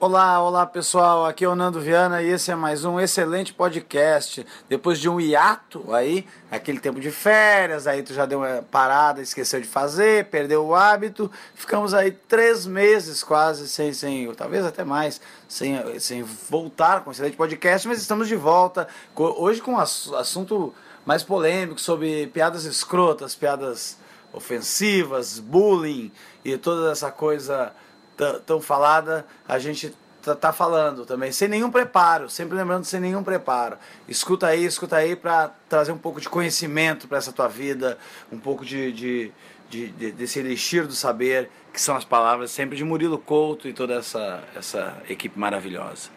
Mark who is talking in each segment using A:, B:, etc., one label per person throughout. A: Olá, olá pessoal, aqui é o Nando Viana e esse é mais um excelente podcast. Depois de um hiato aí, aquele tempo de férias, aí tu já deu uma parada, esqueceu de fazer, perdeu o hábito, ficamos aí três meses quase sem, sem ou talvez até mais, sem, sem voltar com o excelente podcast, mas estamos de volta co- hoje com um ass- assunto mais polêmico sobre piadas escrotas, piadas ofensivas, bullying e toda essa coisa tã- tão falada, a gente tá, tá falando também, sem nenhum preparo, sempre lembrando sem nenhum preparo. Escuta aí, escuta aí para trazer um pouco de conhecimento para essa tua vida, um pouco de, de, de- de- desse elixir do saber, que são as palavras sempre de Murilo Couto e toda essa, essa equipe maravilhosa.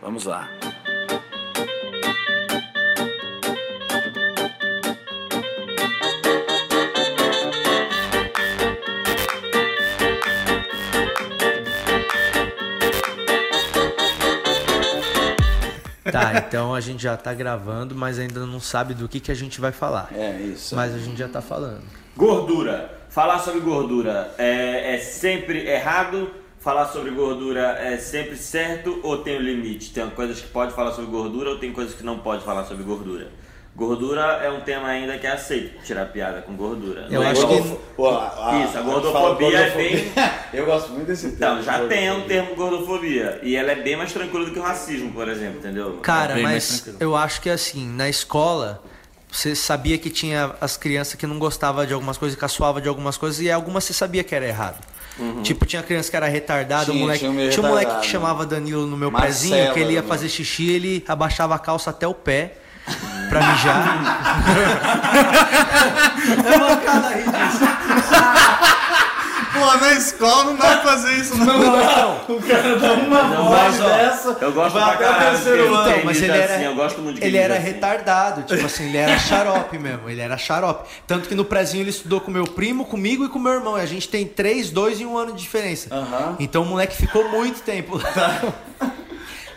A: Vamos lá.
B: Tá, então a gente já tá gravando, mas ainda não sabe do que, que a gente vai falar.
A: É isso.
B: Mas a gente já tá falando.
C: Gordura. Falar sobre gordura é, é sempre errado? Falar sobre gordura é sempre certo ou tem um limite? Tem coisas que pode falar sobre gordura ou tem coisas que não pode falar sobre gordura? Gordura é um tema ainda que é aceito, tirar piada com gordura.
B: Eu
C: Não é
B: acho que-
C: gordofo- Isso, a gordofobia é bem...
A: Eu gosto muito desse
C: Então, já tem um termo gordofobia. E ela é bem mais tranquila do que o racismo, por exemplo, entendeu?
B: Cara,
D: Bem mais
B: mas
D: tranquilo.
B: eu acho que assim, na escola, você sabia que tinha as crianças que não gostava de algumas coisas, caçoava de algumas coisas, e algumas você sabia que era errado. Tipo, tinha criança que era retardada,
A: Uhum. Tinha,
B: um moleque.
A: tinha
B: Tinha,
A: um meio
B: um moleque que
A: retardado. né?
B: chamava Danilo no meu
A: Marcelo
B: pezinho, que ele ia
A: era o
B: fazer xixi, ele abaixava a calça até o pé pra mijar. é mancada aí,
D: Pô, na escola não dá pra fazer isso, não.
C: mas, ó, eu gosto pra caralho do termo
B: Então, mas ele
C: quem diz
B: era,
C: assim, eu gosto muito de quem
B: ele
C: diz
B: era
C: assim.
B: retardado, tipo assim, ele era xarope mesmo, ele era xarope. Tanto que no prezinho ele estudou com meu primo, comigo e com meu irmão. E a gente tem três, dois e um ano de diferença. Então o moleque ficou muito tempo lá.
C: Tá.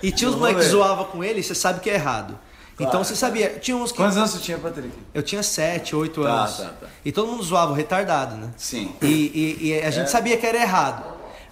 B: E tinha os moleques que zoavam com ele, você sabe que é errado. Então você sabia, tinha uns que.
D: Quantos anos você tinha, Patrick?
B: Eu tinha sete, oito
A: Tá,
B: anos.
A: tá, tá.
B: E todo mundo zoava o retardado, né?
A: Sim. É.
B: E, e- e a gente sabia que era errado.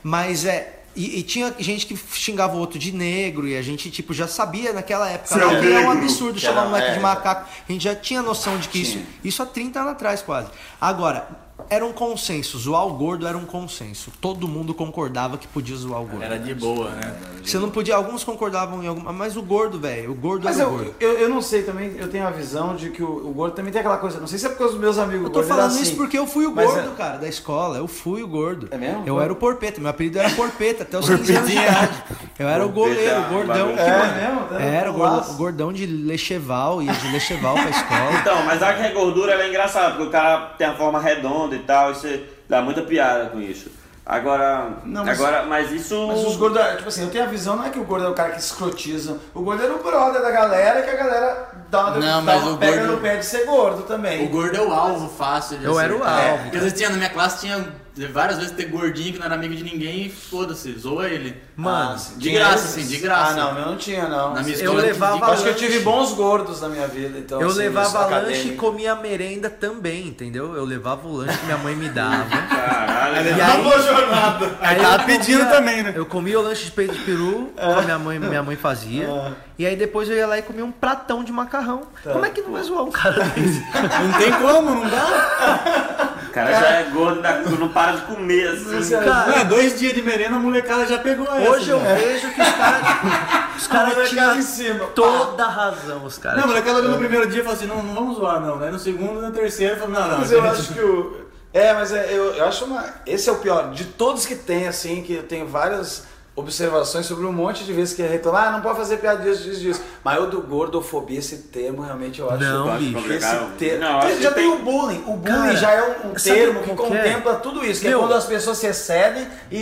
B: Mas é. E, e tinha gente que xingava o outro de negro, e a gente, tipo, já sabia naquela época.
C: Seu
B: né, que era um
C: negro.
B: absurdo chamar
A: é. era-
B: o moleque
A: é,
B: de macaco. A gente já tinha noção de que
A: Tinha.
B: isso. Isso há 30 anos atrás, quase. Agora, era um consenso. Zoar o gordo era um consenso. Todo mundo concordava que podia zoar o
A: É.
B: gordo.
D: Era de boa, né?
B: Você não podia. Alguns concordavam em alguma. Mas o gordo, velho. O gordo
A: Mas
B: era o
A: eu,
B: gordo.
A: eu, eu não sei também, eu tenho a visão de que o, o gordo também tem aquela coisa, não sei se é porque os meus amigos
B: Eu tô
A: gordos eram
B: falando
A: assim.
B: isso porque eu fui o
A: Mas
B: gordo,
A: é-
B: cara, da escola. Eu fui o gordo.
A: É mesmo?
B: Eu era o porpeta. Meu apelido era porpeta até os 15 anos de idade. Eu era o
C: Porpeta
B: goleiro,
C: é
B: o
C: um
B: gordão.
C: bagulho.
B: que-
A: É mesmo? Tá?
B: Era o gordão,
A: Nossa.
B: o gordão de Lecheval, ia de Lecheval pra escola.
C: Então, mas a que é gordura ela é engraçada, porque o cara tem a forma redonda e tal, e você dá muita piada com isso. Agora.
A: Não,
C: mas,
A: mas-
C: agora, mas isso.
A: Mas os gordos, tipo assim, eu tenho a visão, não é que o gordo é o cara que escrotiza. O gordo era o brother da galera, que a galera dá uma,
E: Não,
A: dá
E: mas
A: uma
E: o
A: pega
E: gordo-
A: no pé de ser gordo também.
E: O gordo é o alvo fácil de
B: Eu era o
E: acertar.
B: alvo,
E: Porque às vezes tinha, na minha classe tinha várias vezes ter gordinho que não era amigo de ninguém e foda-se, zoa ele.
B: Mano,
A: sim,
E: de
A: tinha
E: graça,
A: esses?
E: Ah, sim, de graça.
A: Ah, não, eu não tinha, não.
E: Na minha
A: Eu
B: eu
E: escola,
B: levava-
A: acho que eu
B: lanche.
A: tive bons gordos na minha vida, então.
B: eu
A: assim,
B: levava
A: isso,
B: lanche e
A: acadêmico.
B: comia merenda também, entendeu? Eu levava o lanche que minha mãe me dava.
C: Caralho,
B: E
C: cara.
B: aí-
D: jornada. Aí
B: eu
D: tava
B: comia-
D: pedindo também, né?
B: Eu comia o lanche de peito de peru,
A: É.
B: que a minha mãe, minha mãe fazia. E aí depois eu ia lá e comia um pratão de macarrão.
A: Tá.
B: Como é que não vai zoar um cara desse?
D: Não tem como, não dá.
C: O cara já é gordo, da- não para de comer assim.
A: é
B: Cara,
D: Ué, dois dias de merenda, a molecada já pegou essa.
B: Hoje
A: assim,
B: eu
D: né?
B: vejo que os caras os cara
A: Molecada em
B: tinham
A: cima.
B: toda a razão, os caras.
D: Não, a molecada no primeiro dia falou assim, não, não vamos zoar, não. Aí no segundo, no terceiro, falou, não, não.
A: Mas eu
D: gente,
A: acho que o. É, mas é, eu, eu acho uma. Esse é o pior. De todos que tem, assim, que eu tenho várias observações sobre um monte de vezes que reclamam, ah, não pode fazer piada disso, disso, disso. Mas o do gordofobia, esse termo, realmente eu acho.
B: Não,
A: eu acho
B: bicho.
A: Esse
C: Complicado.
A: termo.
C: Não, acho que
A: já tem
C: tem-
A: o bullying. O bullying
B: Cara,
A: já é um, um
B: sabe
A: termo que
B: qual que é?
A: contempla tudo isso, que
B: Meu.
A: é quando as pessoas se excedem e,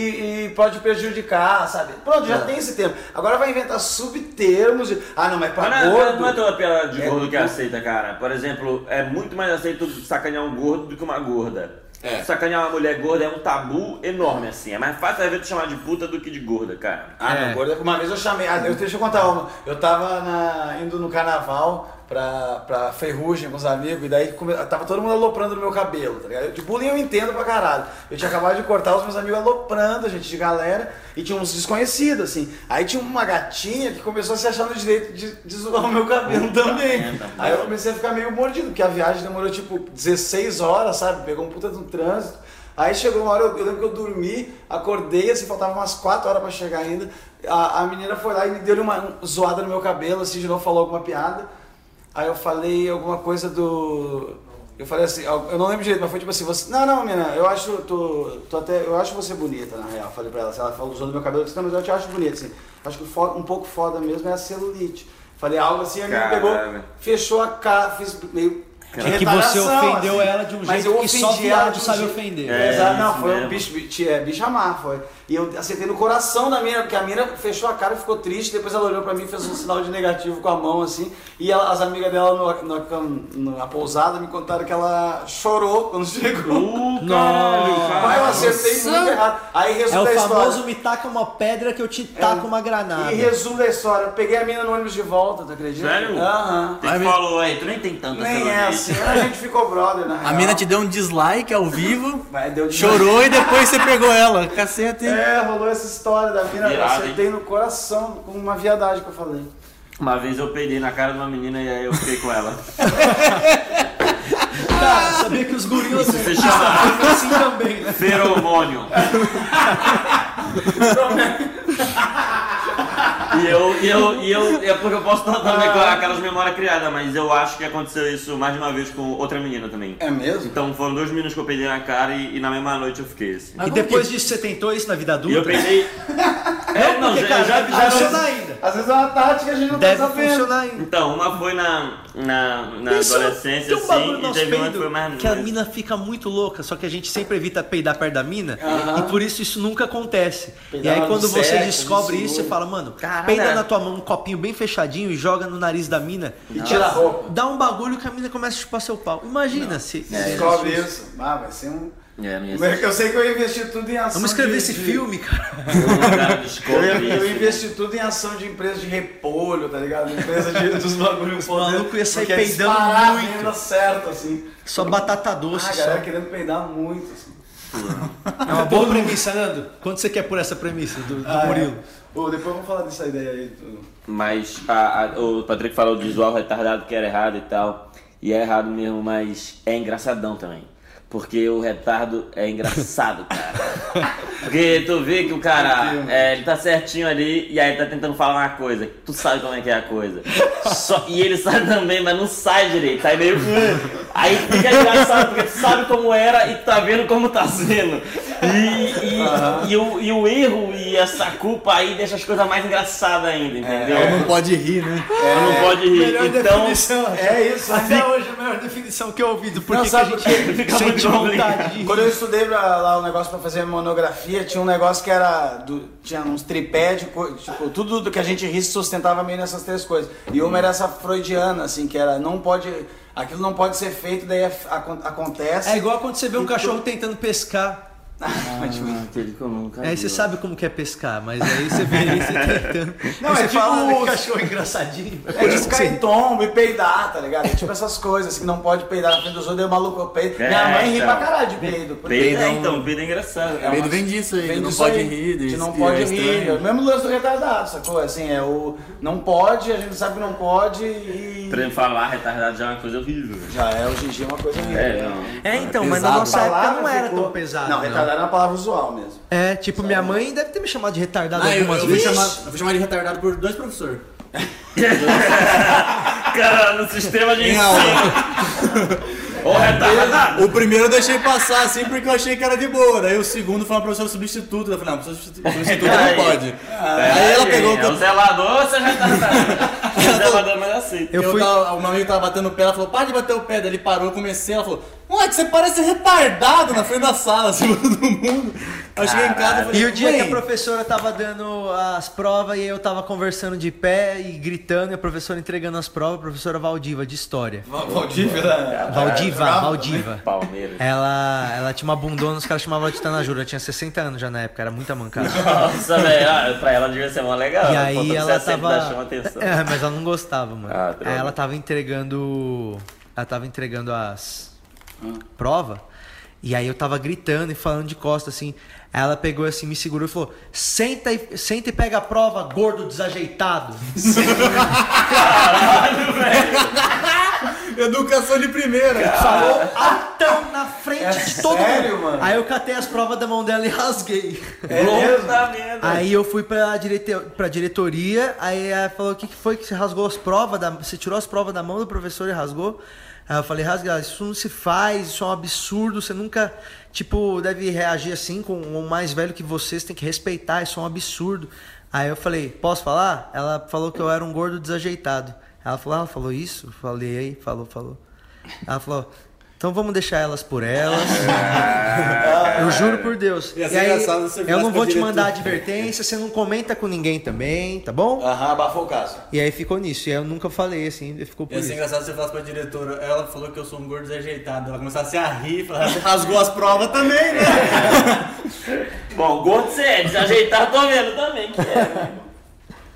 A: e pode prejudicar, sabe? Pronto, já tem esse termo. Agora vai inventar subtermos de. Ah, não, mas pra
C: Mas não, é-
A: gordo.
C: não é toda piada de
A: É
C: gordo que
A: gordo.
C: aceita, cara. Por exemplo, é muito mais aceito sacanear um gordo do que uma gorda.
E: É.
C: Sacanear uma mulher gorda é um tabu enorme, assim. É mais fácil às vezes tu chamar de puta do que de gorda, cara.
A: Ah,
B: É.
A: não, gordo. Uma vez eu chamei. ah, eu- deixa eu contar uma. Eu tava na- indo no carnaval pra, pra ferrugem com os amigos, e daí come- tava todo mundo aloprando no meu cabelo, tá ligado? Eu- De bullying eu entendo pra caralho. Eu tinha acabado de cortar os meus amigos aloprando, gente, de galera, e tinha uns desconhecidos, assim. Aí tinha uma gatinha que começou a se achar no direito de, de zoar o meu cabelo também.
C: merda, mano.
A: Aí eu comecei a ficar meio mordido, porque a viagem demorou tipo 16 horas, sabe? Pegou um puta de um trânsito. Aí chegou uma hora, eu, eu lembro que eu dormi, acordei, assim, faltava umas 4 horas pra chegar ainda. A, a menina foi lá e me deu uma zoada no meu cabelo, assim, de novo falou alguma piada. Aí eu falei alguma coisa do. Eu falei assim, al- eu não lembro direito, mas foi tipo assim, você. Não, não, menina, eu acho. Tu, tu até, eu acho você bonita, na real. Falei pra ela, assim, ela falou usando meu cabelo, eu disse, não, mas eu te acho bonita, assim. Acho que fo- um pouco foda mesmo é a celulite. Falei algo assim, a menina pegou,
C: Caralho.
A: fechou a cara, fiz meio.
B: É que você
A: retaliação,
B: ofendeu
A: assim.
B: ela de um
A: Mas
B: jeito
A: eu
B: que só
A: ofendi ela
B: viado
A: de um
B: sabe
A: jeito-
B: ofender.
A: É, exato, não,
C: isso
A: foi um
C: mesmo.
A: bicho, bicho, é, bicho amar, foi. E eu acertei no coração da mina, porque a mina fechou a cara e ficou triste, depois ela olhou pra mim e fez um sinal de negativo com a mão, assim, e ela- as amigas dela no, no- na pousada me contaram que ela chorou quando chegou.
C: Uh, caralho,
A: Mas eu
C: cara.
A: acertei muito errado. Aí
B: É o
A: resumo a
B: famoso
A: história.
B: me taca uma pedra que eu te taco uma granada.
A: E resumo da história, eu peguei a mina no ônibus de volta, tu acredita?
C: Sério?
A: Aham.
C: Tem que falou aí, tu nem tem tanta
A: Nem é
C: celulite.
A: assim, a gente ficou brother, na
E: A
A: real.
E: mina te deu um dislike ao vivo,
A: Mas deu demais.
E: chorou e depois você pegou ela. Cacete, hein?
A: É, rolou essa história da mina, eu
C: Irado, hein?
A: acertei no coração com uma viadagem que eu falei.
C: Uma vez eu peidei na cara de uma menina e aí eu fiquei com ela.
B: Cara, sabia que os gorilas
C: Isso se chama
B: são assim também, né?
C: feromônio. e eu, e eu, e eu, é porque eu posso estar dando
A: Ah.
C: aquela- aquelas memórias criadas, mas eu acho que aconteceu isso mais de uma vez com outra menina também.
A: É mesmo?
C: Então foram dois meninos que eu peidei na cara e, e na mesma noite eu fiquei assim.
B: E depois disso você tentou isso na vida
C: E eu
B: adulta?
C: peidei. É, não, já, já, já,
B: funciona ainda.
A: Às vezes é uma tática que a gente não
B: Deve
A: tá sabendo.
B: funcionar ainda.
C: Então, uma foi na, na, na
B: Isso,
C: adolescência,
B: tem um bagulho
C: assim,
B: no
C: e
B: nosso
C: teve uma que
B: peido
C: foi mais
B: Que a mina fica muito louca, só que a gente sempre evita peidar perto da mina.
A: Aham.
B: E por isso isso nunca acontece.
A: Peidar
B: e aí
A: no
B: quando você
A: sexo,
B: descobre
A: no
B: isso, você
A: seguro.
B: fala, mano,
C: Caralho. é.
B: peida na tua mão um copinho bem fechadinho e joga no nariz da mina.
A: E tira a roupa.
B: Dá um bagulho que a mina começa a chupar seu pau. Imagina se.
A: É, Descobre isso. Ah, vai ser um.
C: É, não ia ser.
A: Eu sei que eu investi tudo em ação.
B: Vamos escrever
A: de-
B: esse
A: de-
B: filme, cara.
C: Um cara descobre
A: Eu, eu
C: isso. né?
A: investi tudo em ação de empresa de repolho, tá ligado? Empresa de, dos bagulhos
B: maluco
A: podendo-
B: ia sair
A: porque é
B: peidando
A: disparar
B: muito.
A: A renda certa, assim.
B: Só batata doce.
A: Ah, a
B: só.
A: galera querendo peidar muito, assim.
B: É uma boa premissa, Nando. Quanto você quer por essa premissa do, do
A: Ah, é.
B: Murilo?
A: Ô, depois vamos falar dessa ideia aí. do-
C: Mas a- a- o Patrick falou de zoar o retardado que era errado e tal. E é errado mesmo, mas é engraçadão também. Porque o retardo é engraçado, cara. Porque tu vê que o cara, é, ele tá certinho ali e aí tá tentando falar uma coisa. Tu sabe como é que é a coisa. Só- e ele sabe também, mas não sai direito. Aí meio. Aí fica engraçado, porque tu sabe como era e tu tá vendo como tá sendo. E, e- e o, e o erro e essa culpa aí deixa as coisas mais engraçadas ainda, entendeu?
E: Ela não pode rir, né?
C: Ela não pode
B: Melhor
C: rir. Então,
B: definição.
A: É isso,
B: Até
A: assim.
B: hoje a melhor definição que eu ouvi do
A: Não,
B: porquê que a
A: sabe
B: gente
A: por quê?
C: Fica muito
B: sente vontade
C: complicado.
B: de rir.
A: Quando eu estudei pra- lá o negócio pra fazer monografia, tinha um negócio que era. do- tinha uns tripé de co- tipo, tudo do que a gente ri se sustentava meio nessas três coisas. E uma era essa freudiana, assim, que era não pode. Aquilo não pode ser feito, daí é- acon- acontece.
B: É igual quando você vê um cachorro tentando pescar.
A: Mas, tipo,
B: Aí você sabe como que é pescar, mas aí você vê ele se tentando.
A: Não,
B: Aí
A: é
B: você
A: tipo
B: fala, "Ah,
A: os-
B: cachorro engraçadinho.
A: É de ficar em tombo e peidar, tá ligado? É tipo essas coisas, assim, que não pode peidar na frente dos outros, é maluco, eu peido.
C: É,
A: Minha mãe ri
C: então.
A: pra caralho de peido. porque-
C: Peido é,
E: Peido é um-
C: então, peido é engraçado.
E: O medo vem disso aí, que
A: Vem
E: não
A: disso
E: pode
A: aí,
E: rir.
A: Que
E: disso
A: não
E: que
A: pode
E: é
A: rir.
E: estranho.
A: É o mesmo lance do retardado, sacou? Assim, é o. Não pode, a gente sabe que não pode e.
C: Pra falar retardado já é uma coisa horrível.
A: Já é, hoje em dia é uma coisa horrível.
C: É, não.
B: É, então,
E: mas na nossa
A: Não, retardado é uma palavra usual mesmo.
B: É, tipo, minha mãe deve ter me chamado de retardado
E: Ah, eu,
B: algumas
E: eu, fui
B: vezes.
E: chamar, eu fui chamar de retardado por dois professores.
C: Cara, no sistema de
E: Em
C: ensino.
E: aula.
C: Ô, retardado!
E: O primeiro eu deixei passar assim porque eu achei que era de boa. Daí o segundo foi uma professora substituta. Eu falei, não, professora substitu- substituta
C: Aí.
E: não pode.
C: Peraí,
E: Aí ela pegou o
C: É o
E: que
C: zelador, você já tá. O zelador, mas assim. aceita.
B: Eu
E: eu
B: fui-
E: tava, o meu amigo tava batendo o pé, ela falou, para de bater o pé. Daí ele parou, eu comecei, ela falou, moleque, você parece retardado na frente da sala, assim, pra todo mundo. Aí eu cheguei em casa e falei,
B: E o dia que a
E: "Mãe,
B: professora tava dando as provas e eu tava conversando de pé e gritando, e a professora entregando as provas, a professora Valdiva de história.
A: Valdívia, né?
B: Valdiva, Valdiva.
C: Palmeiras.
B: Ela, ela tinha uma bundona, os caras chamavam ela de Tanajura. Ela tinha 60 anos já na época, era muita mancada.
C: Nossa, velho, ah, pra ela devia ser mó legal.
B: E
C: Pô,
B: aí
C: você
B: ela
C: sempre
B: tava.
C: tá chamando atenção.
B: É, mas ela ela não gostava, mano.
C: Ah, droga.
B: Aí ela tava entregando. Ela tava entregando as.
C: Ah.
B: Prova. E aí eu tava gritando e falando de costa, assim. Aí ela pegou assim, me segurou e falou: senta e, senta e pega a prova, gordo desajeitado.
E: Educação de primeira.
B: Falou altão na frente
C: É
B: de todo
A: sério,
B: mundo.
A: mano?
B: Aí eu catei as provas da mão dela e rasguei.
C: É Puta merda.
B: Aí eu fui pra, direte... pra diretoria, aí ela falou, o que, que foi que você rasgou as provas, da... você tirou as provas da mão do professor e rasgou? Aí eu falei, rasga, ela, isso não se faz, isso é um absurdo, você nunca, tipo, deve reagir assim com um mais velho que você, você tem que respeitar, isso é um absurdo. Aí eu falei, posso falar? Ela falou que eu era um gordo desajeitado. Ela falou, "Ah, ela falou isso? Falei, aí, falou, falou. Ela falou, então vamos deixar elas por elas. eu juro por Deus.
E: Ia ser
B: E aí,
E: engraçado se você
B: eu
E: virasse
B: não
E: pra
B: vou te
E: diretor.
B: mandar advertência, você não comenta com ninguém também, tá bom?
A: Aham, abafou o caso.
B: E aí ficou nisso. E aí eu nunca falei assim, ficou por
E: Ia ser
B: isso.
E: é engraçado se você falasse pra diretora, ela falou que eu sou um gordo desajeitado. Ela começasse a rir, falar, "Você rasgou as provas também, né?
C: Bom, gordo você é, desajeitado tô vendo também que é, né, irmão?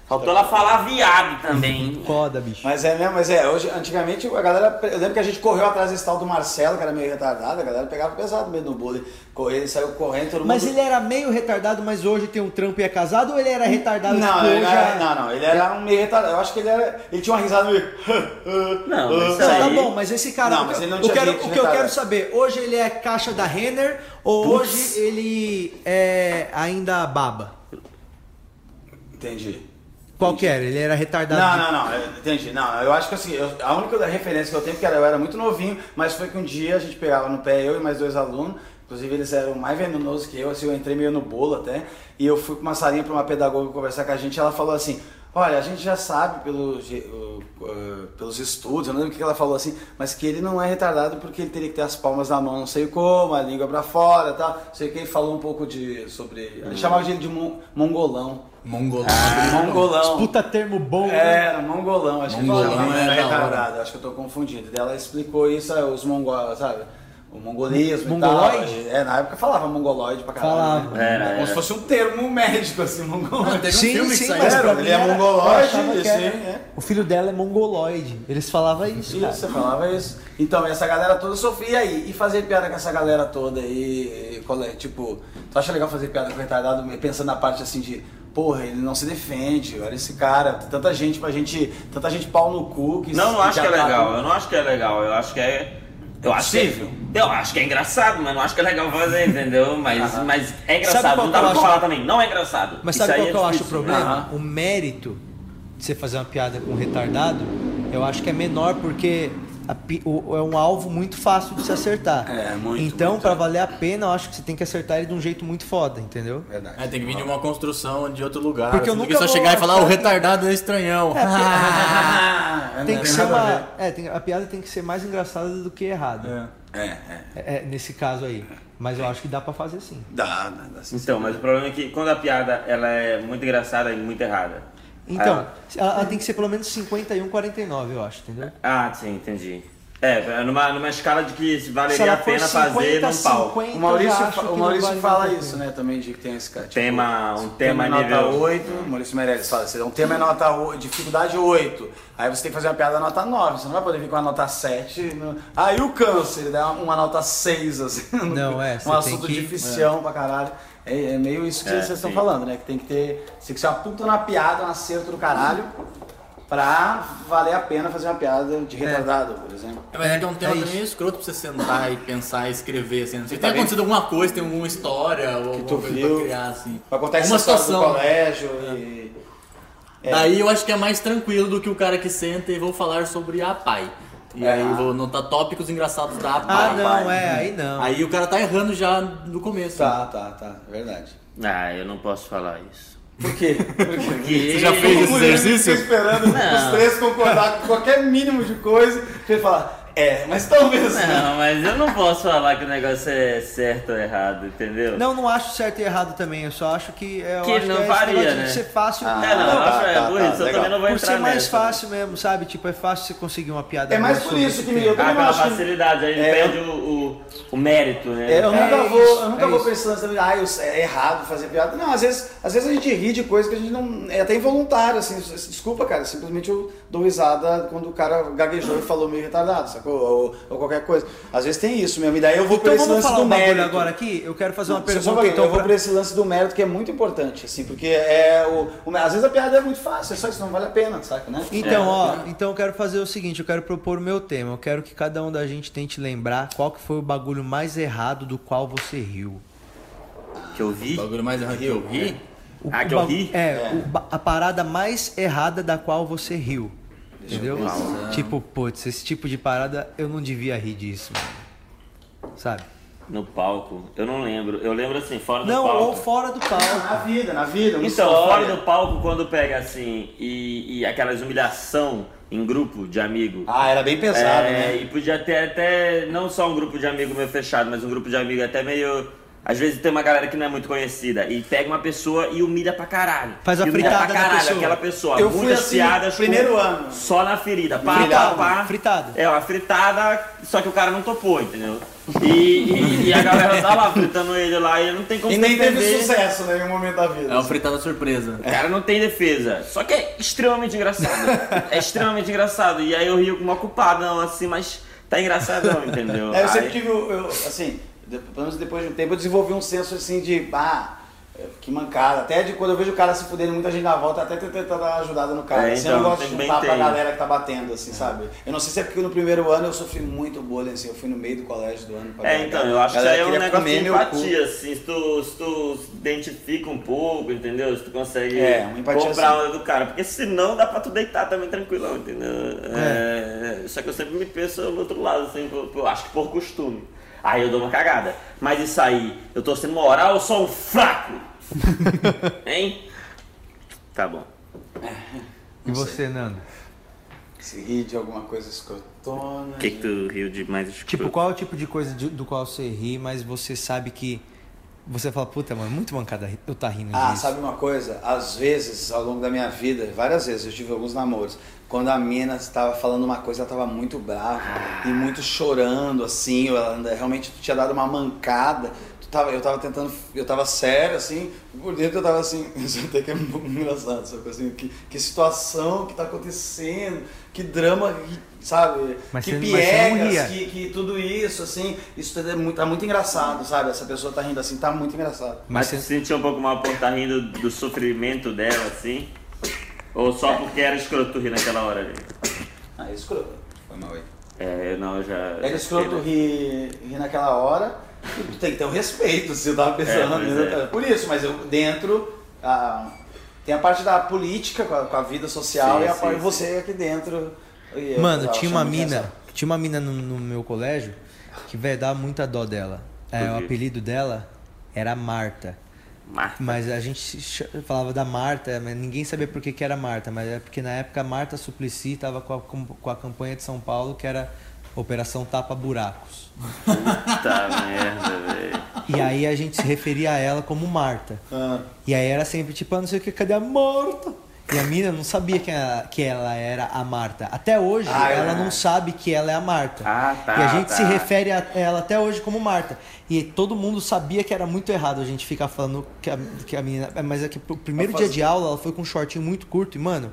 C: Faltou ela falar viado também, hein?
B: Foda, bicho.
A: Mas é mesmo, mas é, hoje, antigamente a galera, eu lembro que a gente correu atrás desse tal do Marcelo, que era meio retardado, a galera pegava pesado mesmo no bullying, correndo, ele saiu correndo, todo mundo...
B: Mas ele era meio retardado, mas hoje tem um trampo e é casado ou ele era retardado?
A: Não,
B: tipo,
A: ele
B: hoje
A: era,
B: é-
A: não, não, ele era um meio retardado, eu acho que ele era, ele tinha uma risada meio...
C: Não,
A: Ah,
B: Não,
C: isso
B: tá
C: aí-
B: bom, mas esse cara.
A: Não, mas ele não
B: o
A: tinha
B: que eu quero-
A: dente
B: o que eu quero
A: retardado.
B: saber, hoje ele é caixa da Renner ou hoje ele é ainda baba?
A: Entendi.
B: Qual que era? Ele era retardado.
A: Não,
B: de-
A: não, não, eu- entendi. Não, eu acho que assim, eu- a única referência que eu tenho, porque eu era muito novinho, mas foi que um dia a gente pegava no pé eu e mais dois alunos, inclusive eles eram mais venenosos que eu, assim, eu entrei meio no bolo até, e eu fui com uma salinha pra uma pedagoga conversar com a gente, e ela falou assim. Olha, a gente já sabe pelo, ge- o- eh, pelos estudos, eu não lembro o que ela falou assim, mas que ele não é retardado porque ele teria que ter as palmas na mão, não sei como, a língua pra fora e tal. Sei que ele falou um pouco de. sobre. Ele chamava ele de mon- mongolão.
E: Mongolão.
B: Ah,
A: mongolão.
B: Puta termo bom. né?
A: Era, mongolão, acho
E: Mongolão
A: que não
E: é
A: era
E: da hora.
A: retardado, acho que eu tô confundindo. Daí Ela explicou isso, aí, os mongóis, sabe? O mongolismo e
B: Mongoloide?
A: tal. É, na época falava mongoloide pra caralho.
B: Falava.
A: né?
C: Era,
A: Como se
C: era.
A: fosse um termo médico, assim, mongoloide.
E: Teve um
B: Sim,
E: filme que
B: sim,
E: saiu.
B: mas
A: Era,
B: pra mim
A: ele é
B: era-
A: mongoloide,
B: eu achava que
A: sim,
B: era-
A: é.
B: O filho dela é mongoloide. Eles falavam isso.
A: Isso, você falava isso. Então, essa galera toda sofria aí. E fazer piada com essa galera toda aí, e qual é, tipo, tu acha legal fazer piada com retardado, pensando na parte assim de, porra, ele não se defende, olha esse cara, tanta gente pra gente, tanta gente pau no cu que tá
C: Não, não acho que é
B: tá
A: ataca-
C: legal. Eu não acho que é legal. Eu acho que é. Eu acho
A: Possível.
C: Que, eu acho que é engraçado, mas não acho que é legal fazer, entendeu? Mas, mas é engraçado.
B: Sabe qual
C: Não dá
B: que eu
C: pra
B: acho?
C: falar também. Não é engraçado.
B: Mas
C: Isso
B: sabe
C: aí
B: qual
C: é
B: que eu acho o
C: difícil.
B: problema? O mérito de você fazer uma piada com um retardado, eu acho que é menor porque a pi- o- é um alvo muito fácil de se acertar.
A: É, muito,
B: então,
A: muito.
B: pra valer a pena, eu acho que você tem que acertar ele de um jeito muito foda, entendeu?
A: Verdade.
E: É, tem que vir de uma construção de outro lugar.
B: Porque eu
E: assim, do
B: nunca
E: que só
B: vou
E: chegar e falar,
B: achar
E: o
B: que-
E: retardado é estranhão.
A: Ah,
B: Tem
A: não
B: que
A: tem
B: ser
A: nada a
B: uma, é, tem- a piada tem que ser mais engraçada do que errada.
E: É.
A: ver. É, é.
B: É, é, nesse caso aí. Mas eu acho que dá pra fazer sim.
A: Dá, dá, dá sim.
C: Então, mas o problema é que quando a piada ela é muito engraçada e muito errada.
B: Então, ela, ela tem que ser pelo menos 51, 49, eu acho, entendeu?
C: Ah, ah, sim, entendi. É, numa, numa escala de que
B: Se
C: valeria
B: ela
C: a
B: for
C: pena fazer
B: 50,
C: num pau.
B: 50,
A: O
B: eu já
A: Maurício,
B: acho
A: fa-
B: que
A: o
B: não
A: Maurício
B: vale
A: fala
B: muito a
A: isso,
B: pena.
A: né, também, de que tem esse cara. tipo,
C: Tema, um tema,
A: nota
C: nível.
A: 8, o Maurício Meirelles fala assim, um tema é nota 8, dificuldade 8. Aí você tem que fazer uma piada nota 9, você não vai poder vir com a nota 7. não- Aí o câncer, dá uma nota 6, assim.
B: Não, é, você
A: Um
B: tem
A: assunto
B: que-
A: dificião pra caralho. É, é meio isso que
C: É,
A: vocês estão
C: sim.
A: falando, né? Que tem que ter. Tem que ser uma puta na piada, um acerto do caralho, pra valer a pena fazer uma piada de retardado, por exemplo.
E: Mas é que é um tema
B: É isso.
E: também escroto pra você sentar e pensar e escrever, assim. Não sei,
A: Tá
E: tem
A: bem.
E: acontecido alguma coisa, tem alguma história ou
A: tu
E: alguma coisa
A: viu.
E: pra criar, assim.
A: Pra contar essa
E: Uma
A: história do
E: situação. né?
A: colégio e. É.
E: Daí eu acho que é mais tranquilo do que o cara que senta e vou falar sobre a pai. E
A: É.
E: aí vou anotar tópicos engraçados da
B: Ah,
E: pai.
B: não,
A: né?
B: é, aí não.
E: Aí o cara tá errando já no começo.
A: Tá, tá, tá. é Verdade.
C: Ah, eu não posso falar isso.
A: Por quê?
C: Porque.
E: Você já fez esse
A: Mulher,
E: exercício?
A: fica esperando
C: Não.
A: os três concordar com qualquer mínimo de coisa, você fala, é, mas talvez não.
C: Não, mas eu não posso falar que o negócio é certo ou errado, entendeu?
B: Não, não acho certo e errado também. Eu só acho que. Eu
C: Que
B: acho
C: não
B: que é esse
C: varia,
B: negócio
C: né?
B: De ser fácil.
A: Ah,
C: É, não, eu
A: tá,
C: acho é
A: tá,
C: por
A: tá,
C: isso, eu
A: legal.
C: também não vou
B: por
C: entrar
B: ser mais
C: nessa.
B: fácil mesmo, sabe? Tipo, é fácil você conseguir uma piada.
A: É mais
B: boa
A: por
B: sobre
A: isso
B: esse
A: que me-
B: tema.
A: Eu
C: Ah,
A: também
C: pela
A: acho que-
C: facilidade, aí
A: É.
C: perde o, o, o, o mérito, né?
A: É, eu
C: Cara,
A: nunca
B: isso,
A: vou, eu nunca
B: é
A: vou
B: isso.
A: pensando assim, ah, eu- é errado fazer piada. Não, às vezes, às vezes a gente ri de coisa que a gente não. É até involuntário, assim. Desculpa, cara. Simplesmente eu dou risada quando o cara gaguejou e falou meio retardado, sacou? Ou, ou qualquer coisa. Às vezes tem isso mesmo. E daí eu vou
B: Então
A: pra esse
B: vamos
A: lance
B: falar
A: do
B: um bagulho
A: mérito.
B: agora aqui? Eu quero fazer uma
A: Só- só um
B: pergunta,
A: pouquinho,
B: então,
A: eu vou
B: pra-
A: pra esse lance do mérito que é muito importante, assim, porque é o, o- Às vezes a piada é muito fácil, é só isso, não vale a pena, saca, né?
B: Então, ó, então eu quero fazer o seguinte, eu quero propor o meu tema. Eu quero que cada um da gente tente lembrar qual que foi o bagulho mais errado do qual você riu.
C: Que eu
E: O
C: vi.
E: bagulho mais errado que eu ri?
B: O-
C: Ah,
B: o
C: que eu
B: ba-
C: ri?
B: É, o ba- a parada mais errada da qual você riu. Entendeu? Tipo, putz, esse tipo de parada eu não devia rir disso, mano. Sabe?
C: No palco. Eu não lembro. Eu lembro assim, fora do
B: Não,
C: palco.
B: ou fora do palco.
A: Na vida, na vida, uma
C: Então,
A: história.
C: fora do palco, quando pega assim, e, e aquelas humilhação em grupo de amigo.
E: Ah, era bem pesado,
C: É,
E: né?
C: E podia ter até, não só um grupo de amigo meio fechado, mas um grupo de amigo até meio. Às vezes tem uma galera que não é muito conhecida e pega uma pessoa e humilha pra caralho.
B: Faz a
C: e humilha
B: fritada
C: pra
B: na
C: caralho
B: pessoa.
C: aquela pessoa.
A: Eu fui
C: Muitas
A: assim,
C: piadas. com-
A: primeiro ano.
C: Só na ferida. Pá,
B: Fritada,
C: pá, pá.
B: fritada.
C: É, uma fritada, só que o cara não topou, entendeu? E, e- e a galera tá lá fritando ele lá e não tem como
A: E nem teve
C: defender.
A: sucesso né, em nenhum momento da vida.
E: É uma fritada surpresa.
C: O cara não tem defesa. Só que é extremamente engraçado. É extremamente engraçado. E aí eu rio com uma culpadão, assim, mas tá engraçadão, entendeu?
A: É, eu sempre
C: Aí-
A: tive, o- eu, assim, de- pelo menos depois de um tempo, eu desenvolvi um senso assim de, ah, que mancada. Até de quando eu vejo o cara se fudendo, muita gente na volta, até tentando dar uma ajudada no cara.
C: É,
A: assim,
C: então,
A: eu não gosto de
C: também
A: juntar pra
C: tem.
A: galera que tá batendo, assim, sabe? Eu não sei se é porque no primeiro ano eu sofri muito bullying, assim, eu fui no meio do colégio do ano pra
C: É,
A: galera.
C: então, eu acho que
A: Galera
C: aí é um
A: queria
C: negócio de
A: comer meu cu.
C: empatia, assim, se tu, se tu se identifica um pouco, entendeu? Se tu consegue
A: É, uma empatia
C: comprar a
A: assim.
C: onda do cara, porque senão dá pra tu deitar também tranquilão, entendeu? É, só que eu sempre me penso no outro lado, assim, por- por- acho que por costume. Aí eu dou uma cagada. Mas isso aí, eu tô sendo moral ou sou um fraco? hein? Tá bom.
B: E você, Nando?
A: Se rir de alguma coisa escrotona.
C: O que, que tu riu de mais
B: Tipo,
C: escroto?
B: qual é o tipo de coisa de- do qual você ri, mas você sabe que. Você fala, puta, mano, muito mancada ri- eu tá rindo
A: Ah,
B: disso.
A: sabe uma coisa? Às vezes, ao longo da minha vida, várias vezes, eu tive alguns namoros. Quando a mina estava falando uma coisa, ela estava muito brava e muito chorando, assim, ou ela ainda- realmente tinha dado uma mancada. Tu tava- eu tava tentando, eu tava sério, assim, por dentro eu tava assim, isso até que é muito engraçado, sabe? Assim, que, que situação que tá acontecendo, que drama, sabe?
B: Mas
A: que
B: você- mas você não ria.
A: piegas, que, que tudo isso, assim, isso tudo é muito, tá muito engraçado, sabe? Essa pessoa tá rindo assim, tá muito engraçado.
C: Mas
B: Mas
C: você
B: você-
C: se sentia um pouco mal por estar rindo do sofrimento dela, assim? Ou só porque era escroto rir naquela hora ali?
A: Ah, é escroto. Foi mal aí.
C: É, eu não, eu já... né?
A: Era escroto rir, rir naquela hora. Tu tem que ter um respeito, se eu tava pensando.
C: É, pois
A: nisso.
C: é.
A: Por isso, mas eu dentro. ah, tem a parte da política com a, com a vida social
C: Sim,
A: e a
C: sim,
A: parte
C: sim.
A: você aqui dentro. E eu
B: Mano,
A: tava
B: tinha uma
A: achando que
B: mina,
A: essa-
B: tinha uma mina no, no meu colégio que, velho, dava muita dó dela. É,
C: Por
B: o
C: quê?
B: apelido dela era Marta.
C: Marta.
B: Mas a gente se cha- falava da Marta, mas ninguém sabia por que, que era Marta, mas é porque na época a Marta Suplicy tava com a, com- com a campanha de São Paulo que era Operação Tapa Buracos.
C: Puta merda, velho.
B: E aí a gente se referia a ela como Marta.
A: Ah,
B: E aí era sempre tipo, ah, não sei o que, cadê a Marta? E a mina não sabia que ela, que ela era a Marta. Até hoje,
A: Ah, é.
B: ela não sabe que ela é a Marta.
C: Ah, tá,
B: e a gente
C: tá.
B: se refere a ela até hoje como Marta. E todo mundo sabia que era muito errado a gente ficar falando que a, que a menina. é, Mas é que o primeiro dia de aula ela foi com um shortinho muito curto. E, mano,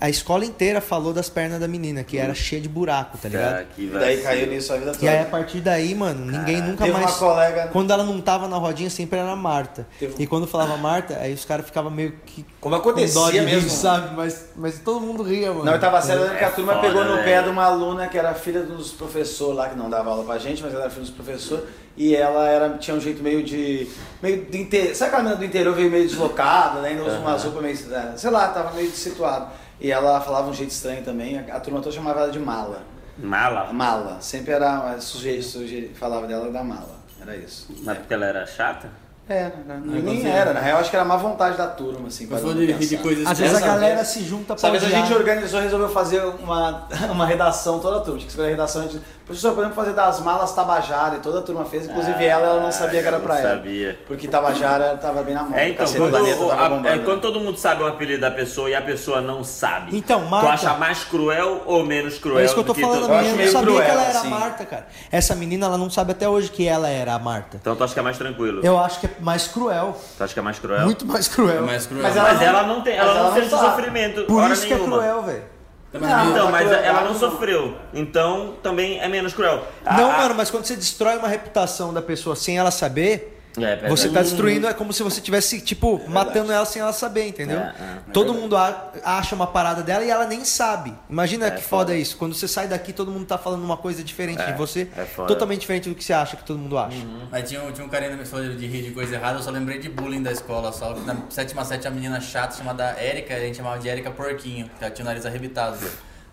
B: a escola inteira falou das pernas da menina, que era cheia de buraco, tá ligado?
C: Cara, que
A: e daí
C: vacilo.
A: caiu nisso a vida toda.
B: E aí, a partir daí, mano, ninguém nunca
A: Teve
B: mais.
A: uma colega-
B: Quando ela não tava na rodinha, sempre era a Marta.
A: Teve- um-
B: E quando falava Marta, aí os caras ficavam meio que.
A: Como acontecia
B: com dó de rir,
A: mesmo.
B: sabe? Mas, mas todo mundo ria, mano.
A: Não, eu tava assim, sério, eu lembro que a
C: É
A: turma
C: foda,
A: pegou no
C: velho.
A: pé de uma aluna que era filha um dos professores lá, que não dava aula pra gente, mas ela era filha um dos professores, e ela era, tinha um jeito meio de. meio de inter... Sabe aquela menina do interior veio meio deslocada, né? Ainda usa uma roupa meio. eh, Sei lá, tava meio situado. E ela falava um jeito estranho também, a, a turma toda chamava ela de mala.
C: Mala?
A: Mala. Sempre era. é, Sujeito, sujeito, falava dela da mala. Era isso.
C: Mas porque ela era chata?
A: É, não-
B: né?
A: não-
E: Aí
A: nem
E: você-
A: era. Na real, acho que era má vontade da turma, assim.
E: Eu sou
A: parando
E: de
A: pra
E: rir de
A: pensar.
E: coisas
B: Às vezes a
E: dessas.
B: galera se junta pra
A: Sabe, a
B: odiar.
A: gente organizou, resolveu fazer uma, uma redação toda turma. Tinha que escolher a redação, a gente Professor, podemos fazer das malas Tabajara. E toda a turma fez, inclusive ela, ela não sabia que era
C: Ah, não
A: pra ela.
C: sabia.
A: Porque Tabajara tava bem na mão.
C: É, então,
A: Cacete
C: quando,
A: Planeta
C: o-
A: tava
C: a-
A: bombando.
C: é, quando todo mundo sabe o apelido da pessoa e a pessoa não sabe,
B: Então, Marta-
C: tu acha mais cruel ou menos cruel?
B: É isso que eu
C: do
B: tô falando,
C: todo-
A: eu
B: a
A: acho
B: menina não
A: meio
B: sabia
A: cruel,
B: que ela era
A: assim.
B: a Marta, cara. Essa menina, ela não sabe até hoje que ela era a Marta.
C: Então tu acha que é mais tranquilo?
B: Eu acho que é mais cruel.
C: Tu acha que é mais cruel?
B: Muito mais cruel.
E: É mais cruel.
A: É. Mas
C: Mas ela não tem, ela
A: Mas
C: não
A: ela não
C: sente
A: sabe.
C: sofrimento.
B: Por
C: hora
B: isso que é
C: nenhuma.
B: cruel, velho.
E: É
A: Não,
C: Então, mas
A: crueldade
C: ela não
A: não.
C: sofreu. Então também é menos cruel. Ah, A-
B: Não,
C: a-
B: mano, mas quando você destrói uma reputação da pessoa sem ela saber,
C: É, é
B: você
C: verdade.
B: tá destruindo, é como se você tivesse, tipo, matando ela sem ela saber, entendeu?
C: É, é,
B: todo mundo a- acha uma parada dela e ela nem sabe. Imagina que foda,
C: foda.
B: isso. Quando você sai daqui, todo mundo tá falando uma coisa diferente de você,
C: é foda.
B: totalmente diferente do que você acha que todo mundo acha.
E: Mas tinha, um- tinha um carinha na minha escola de rir de coisa errada, eu só lembrei de bullying da escola, só. Na sétima série tinha uma menina chata chamada Érica, a gente chamava de Érica Porquinho, que ela tinha o nariz arrebitado.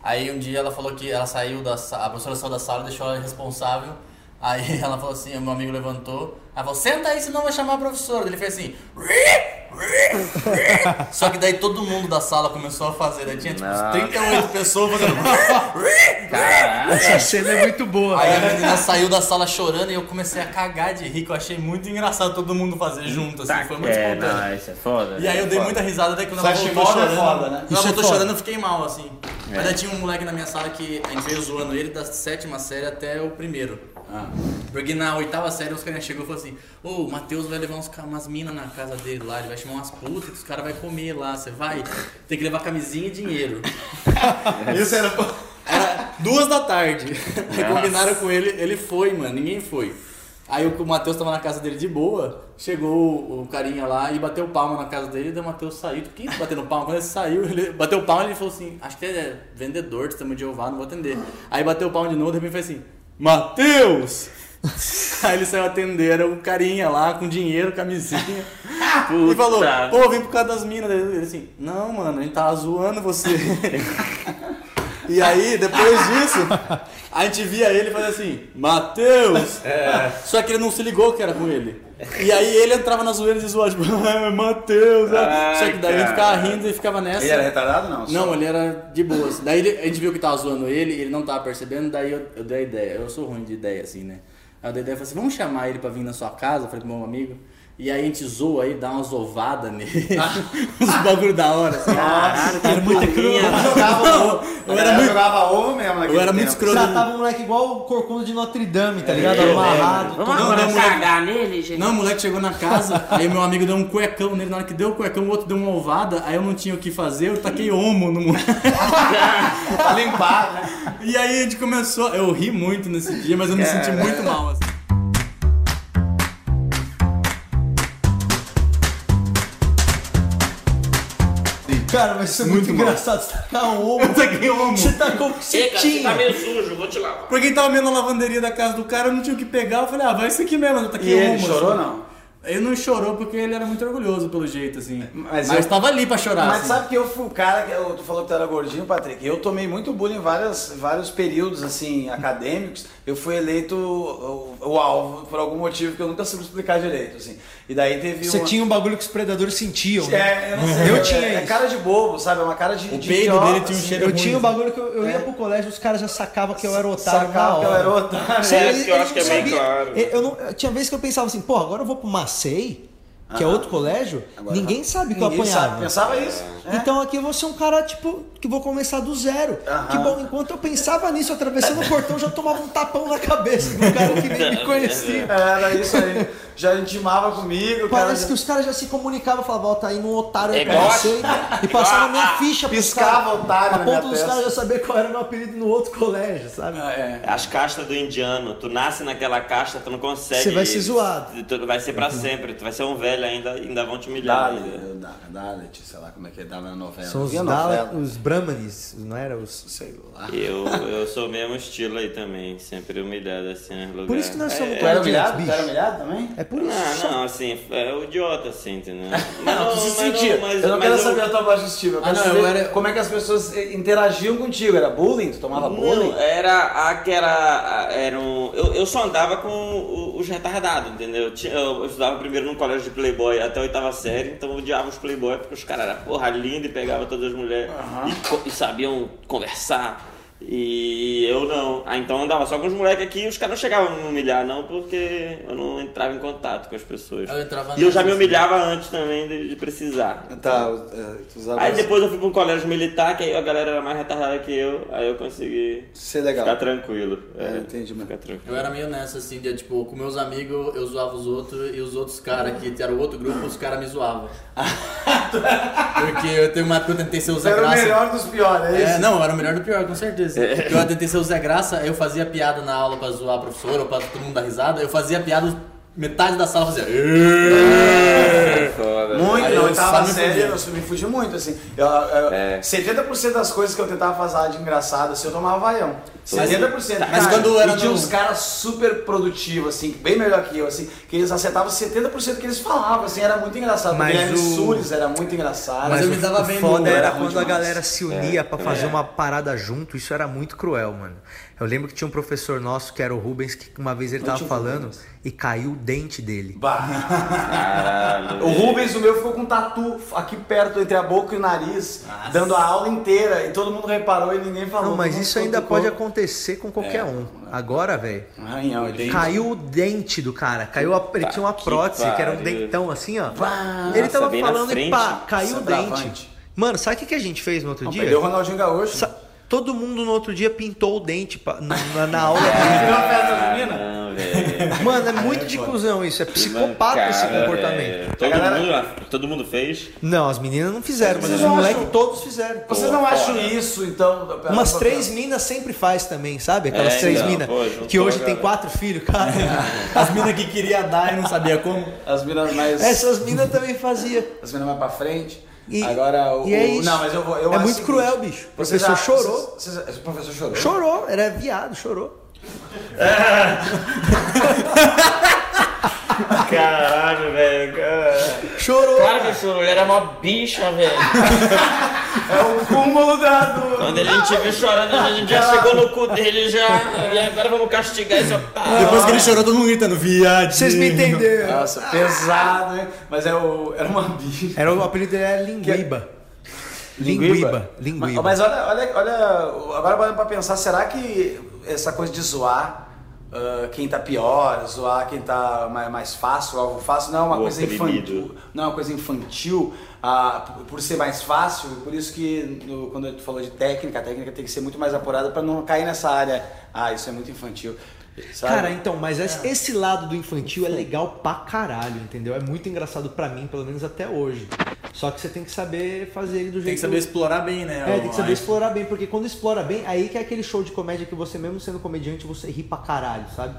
E: Aí um dia ela falou que ela saiu da sa- a professora saiu da sala, deixou ela responsável. Aí ela falou assim, o meu amigo levantou, ela falou, senta aí, senão eu vou chamar a professora. Ele fez assim. Só que daí todo mundo da sala começou a fazer, daí tinha tipo
C: Nossa.
E: 38 pessoas fazendo.
B: Essa cena é muito boa,
E: Aí
B: velho.
E: a menina saiu da sala chorando e eu comecei a cagar de rir, que eu achei muito engraçado todo mundo fazer junto, assim,
C: Tá,
E: foi muito
C: é,
E: espontâneo.
C: não, isso é foda.
E: E aí eu dei muita risada, daí quando ela
A: Flash
E: voltou
A: mob é
E: chorando,
A: foda, É. né?
E: quando ela
B: Isso é
E: voltou
B: foda.
E: chorando eu fiquei mal, assim. Mas aí tinha um moleque na minha sala que a gente veio zoando ele da sétima série até o primeiro.
A: Ah.
E: Porque na oitava série os caras chegou e falou assim, ô, o Matheus vai levar uns, ca- umas minas na casa dele lá, ele vai chamar umas putas que os caras vão comer lá, você vai ter que levar camisinha e dinheiro. Isso era, era duas da tarde. Aí combinaram com ele, ele foi, mano, ninguém foi. Aí o Matheus tava na casa dele de boa, chegou o carinha lá e bateu palma na casa dele, daí o Matheus saiu. Quem tá batendo palma? Quando ele saiu, ele bateu palma e ele falou assim, acho que é vendedor, testemunho de Jeová, não vou atender. Aí bateu palma de novo, de repente fez assim, Matheus! Aí ele saiu atender, era o carinha lá, com dinheiro, camisinha.
C: Puta.
E: E falou, pô, vim por causa das minas. Daí Ele assim, não, mano, a gente tava zoando você. e aí, depois disso, a gente via ele fazer assim, Matheus!
C: É.
E: Só que ele não se ligou que era com ele. E aí ele entrava na zoeira de zoar, tipo, "Ah, Matheus! ah." Só que daí ele ficava
C: cara.
E: rindo e ficava nessa.
A: Ele era retardado, não?
E: Não, ele era de boas. Daí ele- a gente viu que tava zoando ele, ele não tava percebendo, daí eu, eu dei a ideia. Eu sou ruim de ideia, assim, né? Aí eu dei a ideia, falei assim, vamos chamar ele pra vir na sua casa, eu falei pro meu amigo. E aí a gente zoa aí, dá umas ovadas nele. Uns bagulho da hora, assim.
C: Caralho, que muito
A: jogava ovo. A
E: eu era
A: galera
E: muito-
A: jogava ovo mesmo naquele
E: Eu era muito
A: tempo.
E: escroto. É,
B: Tratava o Tá, um moleque igual o corcunda de Notre Dame, tá ligado? Amarrado.
F: Vamos
E: Não,
F: agora
E: não, moleque.
F: cagar nele, gente?
E: Não, o moleque chegou na casa, aí meu amigo deu um cuecão nele. Na hora que deu o cuecão, o outro deu uma ovada, aí eu não tinha o que fazer, eu taquei homo no moleque.
A: Pra limpar, né?
E: E aí a gente começou. Eu ri muito nesse dia, mas eu me senti muito mal, assim.
B: Cara, mas isso é muito, engraçado. Você tá com o
E: Eu taquei homo.
B: Você tá com o que você tinha.
F: meio sujo, vou te lavar.
E: Porque ele tava vendo a lavanderia da casa do cara, eu não tinha o que pegar. Eu falei, ah, vai isso aqui mesmo, tá aqui
A: E ele
E: uma,
A: chorou,
E: assim.
A: não?
E: Ele não chorou porque ele era muito orgulhoso, pelo jeito, assim.
A: Mas
E: Mas,
A: eu-
E: tava ali pra chorar,
A: Mas
E: assim.
A: sabe que eu fui o cara que eu- tu falou que tu era gordinho, Patrick. Eu tomei muito bullying em várias, vários períodos assim acadêmicos. Eu fui eleito o, o alvo por algum motivo que eu nunca soube explicar direito, assim. E daí teve
B: Você
A: uma...
B: tinha um bagulho que os predadores sentiam. né?
A: é, eu, não sei,
B: Eu
A: é-
B: tinha
A: é
B: isso.
A: cara de bobo, sabe? É uma cara de
E: O
A: de
E: peido
A: idiota,
E: dele tinha um
A: assim.
E: cheiro
B: Eu
E: ruim,
B: tinha um
E: assim.
B: bagulho que eu, eu ia pro colégio, os caras já sacavam que eu era otário na
A: Sacava
B: hora.
A: que eu era otário.
B: Sério,
A: né?
B: eles-
C: que eu
B: eles
C: acho que é
B: não
C: bem
B: sabiam.
C: claro.
B: Eu, eu não, eu- tinha vezes que eu pensava assim, pô, agora eu vou pro Macei, que é outro colégio, ninguém sabe que eu
A: Ah, Ninguém sabe.
B: apanhava.
A: Pensava isso. né?
B: Então aqui eu vou ser um cara, tipo, que vou começar do zero. Que bom, enquanto eu pensava nisso, atravessando o portão, eu já tomava um tapão na cabeça do cara que nem
A: É
B: me conhecia.
A: Era isso aí. Já intimava comigo. o cara
B: Parece
A: já-
B: que os caras já se comunicavam, falavam, ó, tá aí um otário aí
F: É
B: pra você. E passavam a minha ficha pros
A: Ah, Piscava
B: caras.
A: otário
B: A
A: na
B: ponto
A: minha
B: dos
A: testa. Ah, é.
B: caras já saber qual era o meu apelido no outro colégio, sabe?
C: As castas do indiano, tu nasce naquela casta, tu não consegue.
B: Você vai ser zoado.
C: Tu vai ser pra sempre, tu vai ser um velho ainda, ainda vão te humilhar. ainda.
A: Dalit, Dalit, sei lá como é que é, dava na novela.
B: São os,
A: Via
B: Dala,
A: novela.
B: os Brahmanis, não era? Os...
A: Sei lá.
C: Eu, eu sou o mesmo estilo aí também, sempre humilhado assim nos lugares.
B: Por isso que nós somos
A: Tu É, era
B: comediantes,
A: humilhado?
B: bicho.
A: Ah, Tu era humilhado também?
B: É por isso.
C: Não,
B: só-
C: não, assim, é o idiota assim, entendeu? Mas
A: Não, tu se sentia. eu não quero saber a tua voz justiça. Eu
E: Ah,
A: quero
E: não,
A: saber
E: eu era-
A: como é que as pessoas eh, interagiam contigo. Era bullying? Tu tomava bullying?
C: Não, era aquela. Era um, eu, eu só andava com o- os retardados, entendeu? Eu, tinha- eu estudava primeiro num colégio de playboy até a oitava série, então eu odiava os playboy porque os caras eram porra linda e pegavam todas as mulheres e co- e, sabiam conversar. E eu não. Ah, então eu andava só com os moleques aqui e os caras não chegavam a me humilhar, não, porque eu não entrava em contato com as pessoas.
E: Eu entrava assim.
C: e eu já me
E: nessas,
C: humilhava antes também de, de precisar.
A: Tá, é, tu usava
C: Aí depois eu fui pra um colégio militar, que aí a galera era mais retardada que eu, aí eu consegui
A: Ser
B: Então.
A: legal.
C: ficar tranquilo.
A: É, entendi, mano.
C: Ficar tranquilo.
E: Eu era meio nessa, assim, de tipo, com meus amigos eu zoava os outros e os outros caras que eram outro grupo, os caras me zoavam. Porque eu tenho uma eu tentei ser o Zé
A: Era o
E: Graça.
A: melhor dos piores, é isso?
E: É, não, eu era o melhor do pior, com certeza. Eu tentei ser o Zé Graça, eu fazia piada na aula pra zoar a professora ou pra todo mundo dar risada, eu fazia piada, metade da sala fazia.
A: Muito,
E: Aí
A: na
E: eu só
A: oitava
E: me
A: série
E: fudia.
A: eu me fugi muito, assim. Eu, eu-
C: É.
A: 70% das coisas que eu tentava fazer de engraçado, assim, eu tomava vaião. 70%.
E: Mas
A: cara.
E: quando era
A: E tinha
E: no-
A: uns caras super produtivos, assim, bem melhor que eu, assim, que eles acertavam 70% que eles falavam, assim, era muito engraçado.
B: Mas
A: o Guilherme
B: o-
A: Sures era muito engraçado.
E: Mas eu
B: o-
E: me dava
B: o
E: bem no-
B: É foda
A: era
B: era
A: bom
B: quando a
A: demais.
B: galera se unia pra fazer
C: é.
B: uma parada junto, isso era muito cruel, mano. Eu lembro que tinha um professor nosso, que era o Rubens, que uma vez ele tava falando e caiu o dente dele.
A: Bah.
C: Caralho.
A: O Rubens, o meu, ficou com um tatu aqui perto, entre a boca e o nariz, dando a aula inteira, e todo mundo reparou e ninguém falou.
B: Não, mas
A: Todo mundo
B: isso ainda
A: ficou-
B: pode acontecer com
A: É.
B: qualquer um. Agora, velho,
A: Arranhão, ele tem-
B: caiu o dente do cara, caiu a, ele tinha uma
C: que
B: prótese, que era um
C: pariu.
B: dentão assim, ó.
A: Bah.
B: ele tava
C: bem na
B: falando e
C: frente.
B: pá, caiu o
A: Centroavante.
B: dente. Mano, sabe o que, que a gente fez no outro
A: é Não,
B: dia?
A: Perdeu o Ronaldinho Gaúcho.
B: Sa- Todo mundo no outro dia pintou o dente pa- na, na- na aula.
A: Deu uma festa junina?
C: Não, velho.
B: Mano, é muito de cuzão isso. É psicopata
C: Mancada,
B: esse
C: velho.
B: comportamento.
C: Todo,
A: A galera-
C: mundo, ah, todo mundo fez.
B: Não, as meninas não fizeram, mas
A: Vocês
B: os
A: não
B: moleques
A: acham-
B: todos fizeram.
A: Vocês não
C: Pô,
A: acham
C: fora.
A: isso, então?
B: Umas três minas sempre faz também, sabe? Aquelas
C: É,
B: três
C: então,
B: minas
C: pô, juntou
B: que hoje
C: a
B: tem
C: galera.
B: quatro filhos, cara.
E: As minas que queria dar e não sabia como.
A: As minas mais.
B: Essas minas também faziam.
A: As minas mais pra frente.
B: É E-
A: Agora o.
B: e é
A: o-
B: isso.
A: Não, mas eu vou. eu
B: É
A: acho
B: muito
A: o seguinte,
B: cruel, bicho. O
A: vocês
B: professor
A: acham-
B: chorou.
A: vocês- vocês- o professor chorou.
B: Chorou, era viado, chorou.
C: Caralho, velho.
B: Chorou.
G: Claro que chorou, ele era uma bicha, velho.
A: É o cúmulo da. do-
G: Quando ele te viu chorando, a gente já chegou no cu dele já. E agora vamos castigar esse otário.
E: Depois que ele chorou, todo mundo gritando, viadinho.
B: Vocês me entenderam.
A: Nossa, pesado, hein? Mas é o... era uma bicha.
B: Era, o apelido dele era Linguiba.
E: é
B: Linguiba. Linguiba.
A: Mas, mas olha, olha, olha, agora parando pra pensar, será que essa coisa de zoar ah, quem tá pior, zoar quem tá mais, mais fácil, algo fácil, não é uma
C: O
A: coisa
C: oprimido.
A: infantil. Não é uma coisa infantil, ah, por- por ser mais fácil, por isso que no- quando tu falou de técnica, a técnica tem que ser muito mais apurada pra não cair nessa área. Ah, isso é muito infantil. sabe?
B: Cara, então, mas esse-
E: É.
B: esse lado do infantil é legal pra caralho, entendeu? É muito engraçado pra mim, pelo menos até hoje. Só que você tem que saber fazer ele do jeito
E: Tem que saber explorar bem, né?
B: É, tem que saber
E: a-
B: explorar bem, porque quando explora bem, aí que é aquele show de comédia que você, mesmo sendo comediante, você ri pra caralho, sabe?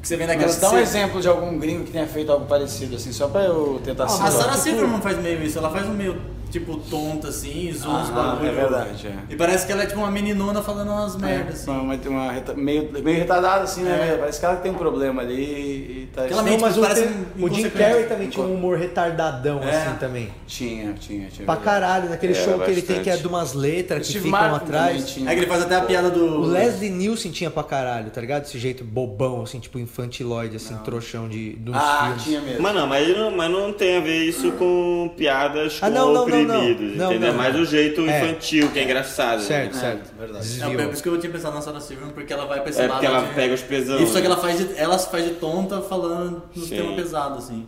E: Que você vem naquela
A: mas dá um
E: cena-
A: exemplo de algum gringo que tenha feito algo parecido, assim, só pra eu tentar
E: A
A: situar.
C: Tipo,
E: Sarah Silverman faz meio isso, ela faz um meio tipo tonta assim, e zoa uns
A: Ah,
E: bagulho.
A: é verdade, é.
E: E parece que ela é tipo uma meninona falando
B: É,
E: umas merdas assim.
A: Uma, uma- uma reta- meio, meio retardada assim, né? Meio- Parece que ela tem um problema ali e, e tá.
E: Aquela mente
B: mas o,
E: parece
B: Tim-
E: um
B: o Jim
E: inconsequente.
B: Carrey também tinha um humor retardadão,
E: É.
B: assim, também.
A: Tinha, tinha, tinha.
B: Pra
A: verdade.
B: caralho, naquele
C: Era
B: show que ele tem que é
C: bastante.
B: de umas letras que
A: Steve
B: ficam
A: Martin também
B: atrás.
A: tinha.
E: É que ele faz até a piada do.
B: O Leslie Nielsen tinha pra caralho, tá ligado? Esse jeito bobão, assim, tipo infantiloide, assim, trouxão de, dos
A: Ah,
B: filmes.
A: tinha mesmo.
C: Mas não, mas não, mas não tem a ver isso com piadas
B: Ah,
C: com
B: não, não, não, não.
C: oprimidos,
B: Não,
C: entendeu?
B: não.
C: É mais o jeito
B: É.
C: infantil, que é engraçado.
B: Certo,
A: É,
B: certo.
A: verdade.
E: É,
B: Desviou.
E: por isso que eu tinha pensado na Sarah Silverman, porque ela vai pra esse
C: É
E: lado.
C: porque ela
E: de-
C: pega os pesão.
E: Isso, só que ela faz de, ela se faz de tonta falando no
C: Sim.
E: tema pesado, assim.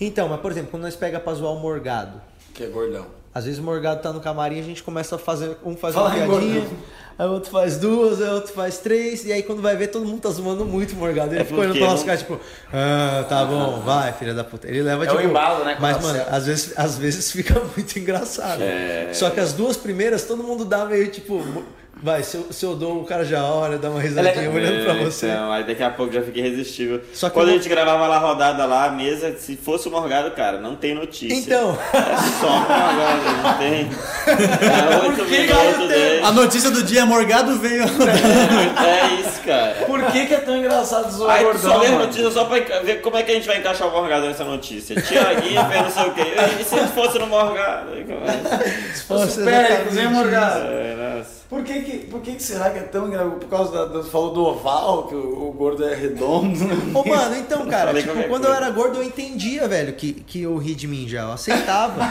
B: Então, mas por exemplo, quando nós pega pra zoar o Morgado,
A: Que é gordão.
B: às vezes o Morgado tá no camarim, a gente começa a fazer, um faz
A: Fala
B: uma
A: aí,
B: piadinha,
A: Morgado.
B: aí o outro faz duas, aí o outro faz três, e aí quando vai ver, todo mundo tá zoando muito o Morgado. Ele
C: É
B: ficou olhando
C: porque
B: pra nossa
C: não-
B: cara, tipo, ah, tá bom, vai, filha da puta. Ele leva
A: É
B: tipo.
A: o embalo, né, com
B: Mas,
A: a
B: mano,
A: certa.
B: às vezes, às vezes fica muito engraçado.
C: É.
B: Só que as duas primeiras, todo mundo dá meio tipo. Vai, se eu, se eu dou, o cara já olha, dá uma risadinha olhando pra
C: É,
B: você.
C: Então, aí daqui a pouco já fica irresistível.
B: Só que
C: Quando
B: eu
C: a
B: vou-
C: gente gravava lá a rodada lá, a mesa, se fosse o Morgado, cara, não tem notícia.
B: Então.
C: É só o Morgado, não tem. É oito minutos dele.
E: A notícia do dia, Morgado veio.
C: É isso, cara.
A: Por que, que é tão engraçado zoar
C: Aí tu
A: gordão?
C: só lê a
A: mano?
C: notícia só pra enca- ver como é que a gente vai encaixar o Morgado nessa notícia. Tiaguinho fez não sei o quê. E se ele fosse no Morgado? é? Aí começa.
B: Nossa,
H: tá
A: Péricles,
B: exatamente
A: hein, tá
H: assim.
A: Morgado?
C: É, nossa.
A: Por que que, por que que será que é tão engraçado? Por causa da, do, falou do oval, que o, o gordo é redondo.
B: Ô, mano, então, cara,
C: Falei
B: tipo,
C: qualquer
B: quando eu
C: coisa.
B: era gordo, eu entendia, velho, que, que eu ri de mim já. Eu aceitava.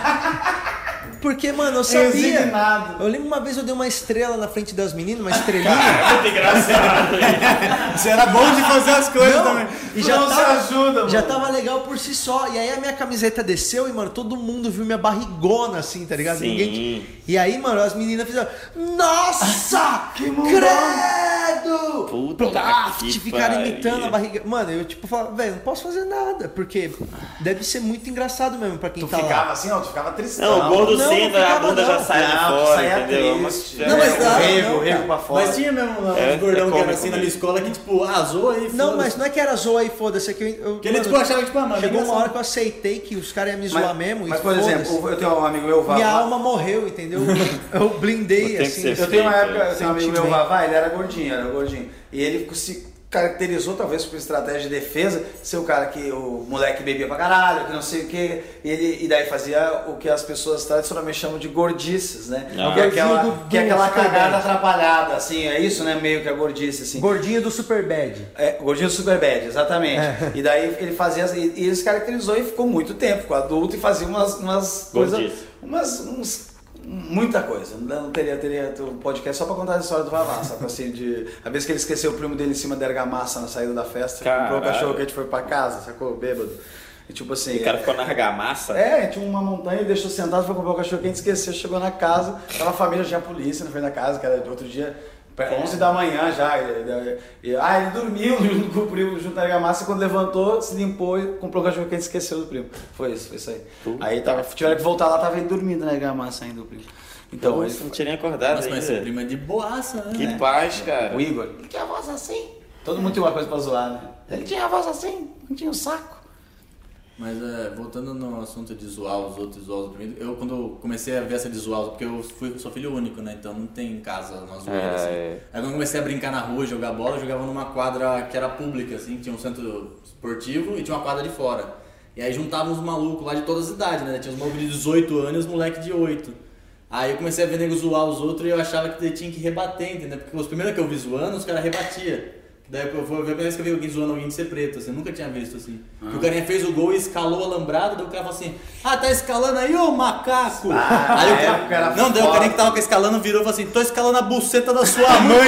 B: Porque, mano, eu sabia.
H: Resignado.
B: Eu lembro uma vez eu dei uma estrela na frente das meninas, uma estrelinha.
C: É
I: Muito engraçado isso.
H: Você era bom de fazer as coisas também.
B: E já
A: tá-
H: não
B: tava,
H: se ajuda, mano.
B: já tava legal por si só. E aí a minha camiseta desceu e, mano, todo mundo viu minha barrigona assim, tá ligado?
C: Sim.
B: Ninguém. E aí, mano, as meninas fizeram.
A: tá-
B: Nossa! que credo!
C: Puta
B: Plaft,
C: que
B: ficaram
C: pariu.
B: imitando a barriga. Mano, eu tipo falava, velho, não posso fazer nada, porque deve ser muito engraçado mesmo pra quem
H: Tu
B: tá
H: ficava
B: lá.
H: assim, ó, tu ficava tristão.
C: Não, o gordo
B: não,
C: senta,
B: não
C: a bunda
B: ficava,
C: já sai de
H: Não,
C: fora,
H: saía
C: entendeu? É
H: triste.
C: Mas-
B: Não, mas dá.
H: o rego,
B: não,
H: o rego
B: cara.
H: pra fora. Mas tinha mesmo lá,
C: É,
H: uns gordão
C: é
H: que era
C: cômico
H: assim na
C: mesmo.
H: minha escola que, tipo,
E: ah,
H: azou aí.
B: Não,
H: foda-se.
B: mas não é que era zoa aí, foda-se. é Que eu, eu,
H: Que ele,
B: mano,
H: tipo, achava, tipo, ah, mano,
B: Chegou uma
H: engraçado.
B: hora que eu aceitei que os caras iam me zoar mesmo. e
A: Mas, por
B: foda-se.
A: exemplo, eu tenho um amigo meu, o
B: minha
A: Vavá.
B: alma morreu, entendeu? Eu blindei,
C: Tem que
B: assim.
C: ser. né?
A: Eu tenho uma
C: Perfeito,
A: época, eu tenho um amigo meu,
B: sentimento.
A: Vavá, ele era gordinho, era gordinho. E ele se caracterizou, talvez, por estratégia de defesa, ser o cara que o moleque bebia pra caralho, que não sei o quê. E, ele, e daí fazia o que as pessoas tradicionalmente chamam de gordices, né?
C: Ah.
A: Que é aquela,
B: Gordinho do-
A: que é aquela
B: do Superman.
A: cagada atrapalhada, assim, é isso, né? Meio que a gordice, assim.
B: Gordinho do Superbad.
A: É, Gordinho Superbad, exatamente. E daí ele fazia, as- e ele se caracterizou e ficou muito tempo, ficou adulto e fazia umas, umas coisas,
C: Gordice.
A: umas, uns- muita coisa. Não teria, teria um podcast só pra contar a história do Vavá, sabe? Assim, de, a vez que ele esqueceu o primo dele em cima da argamassa na saída da festa, comprou
C: Caralho.
A: o cachorro que a gente foi pra casa, sacou? Bêbado. E tipo assim...
C: O cara ficou na argamassa.
A: É, tinha uma montanha, ele deixou sentado, foi comprar o cachorro quente, esqueceu, chegou na casa, tava a família, já a polícia na frente da casa, cara, outro dia, pra-
C: É.
A: 11 da manhã já, e- e- e- ah, ele dormiu junto com o primo, junto na argamassa, e quando levantou, se limpou e comprou o cachorro quente, esqueceu do primo. Foi isso, foi isso aí. Aí tava, tiveram que voltar lá, tava ele dormindo na argamassa ainda o primo. Então,
C: Nossa, não
A: ele,
C: tinha nem acordado
E: Nossa, mas seu
C: ainda.
E: primo é de boaça, né?
C: Que paz, cara.
A: o Igor, ele tinha a voz assim, todo mundo tem uma coisa pra zoar, né? Ele tinha a voz assim, não tinha um saco.
E: Mas é, voltando no assunto de zoar os outros, zoar os oprimidos, eu quando eu comecei a ver essa de zoar, os- porque eu fui, sou filho único, né? Então não tem em casa uma zoeira
C: É,
E: assim.
C: é.
E: Aí quando eu comecei a brincar na rua, jogar bola, eu jogava numa quadra que era pública, assim, que tinha um centro esportivo e tinha uma quadra de fora. E aí juntavam os malucos lá de todas as idades, né? Tinha os malucos de 18 anos e os moleques de 8. Aí eu comecei a ver nego zoar os outros e eu achava que tinha que rebater, entendeu? Porque os primeiros que eu vi zoando, os caras rebatiam. Daí eu fui ver a primeira vez que eu vi alguém zoando alguém de ser preto, assim, eu nunca tinha visto assim.
A: Ah.
E: Que O carinha fez o gol e escalou o alambrado, daí o cara falou assim, ah, tá escalando aí, ô macaco!
A: Ah,
E: aí o
A: época era
E: cara. Não, daí
A: é,
E: o
A: foda.
E: carinha que tava escalando virou e falou assim, tô escalando a buceta da sua mãe!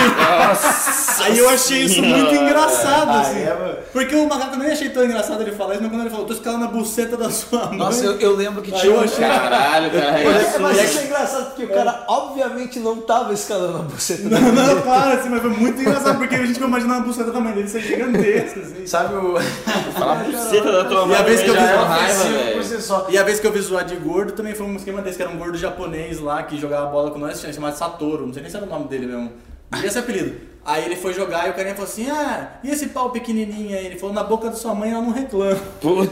E: Aí eu achei isso muito engraçado,
A: Ah,
E: assim.
A: é,
E: Porque o macaco eu nem achei tão engraçado ele falar isso, mas quando ele falou, tô escalando a buceta da sua mãe.
A: Nossa, eu, eu lembro que
E: Aí
A: tinha
E: eu
A: um
E: achei-
A: cara...
C: Caralho, cara.
B: Mas isso é engraçado porque o cara obviamente não tava escalando a buceta.
E: Não, não, claro, assim, mas foi muito engraçado, porque a gente ficou imaginando a buceta da mãe dele ser gigantesca, assim.
A: Sabe o...
C: Fala a buceta da tua
E: E
C: mãe.
E: a vez que eu
C: já
E: fiz
C: é
E: uma
C: raiva,
E: ofensiva
A: por
C: velho.
A: si só.
E: E a vez que eu vi zoar de gordo também foi um esquema desse, que era um gordo japonês lá que jogava bola com nós, chamado Satoru, não sei nem se era o nome dele mesmo. E esse apelido. Aí ele foi jogar e o carinha falou assim: Ah, e esse pau pequenininho aí? Ele falou: Na boca da sua mãe ela não reclama.
C: Puta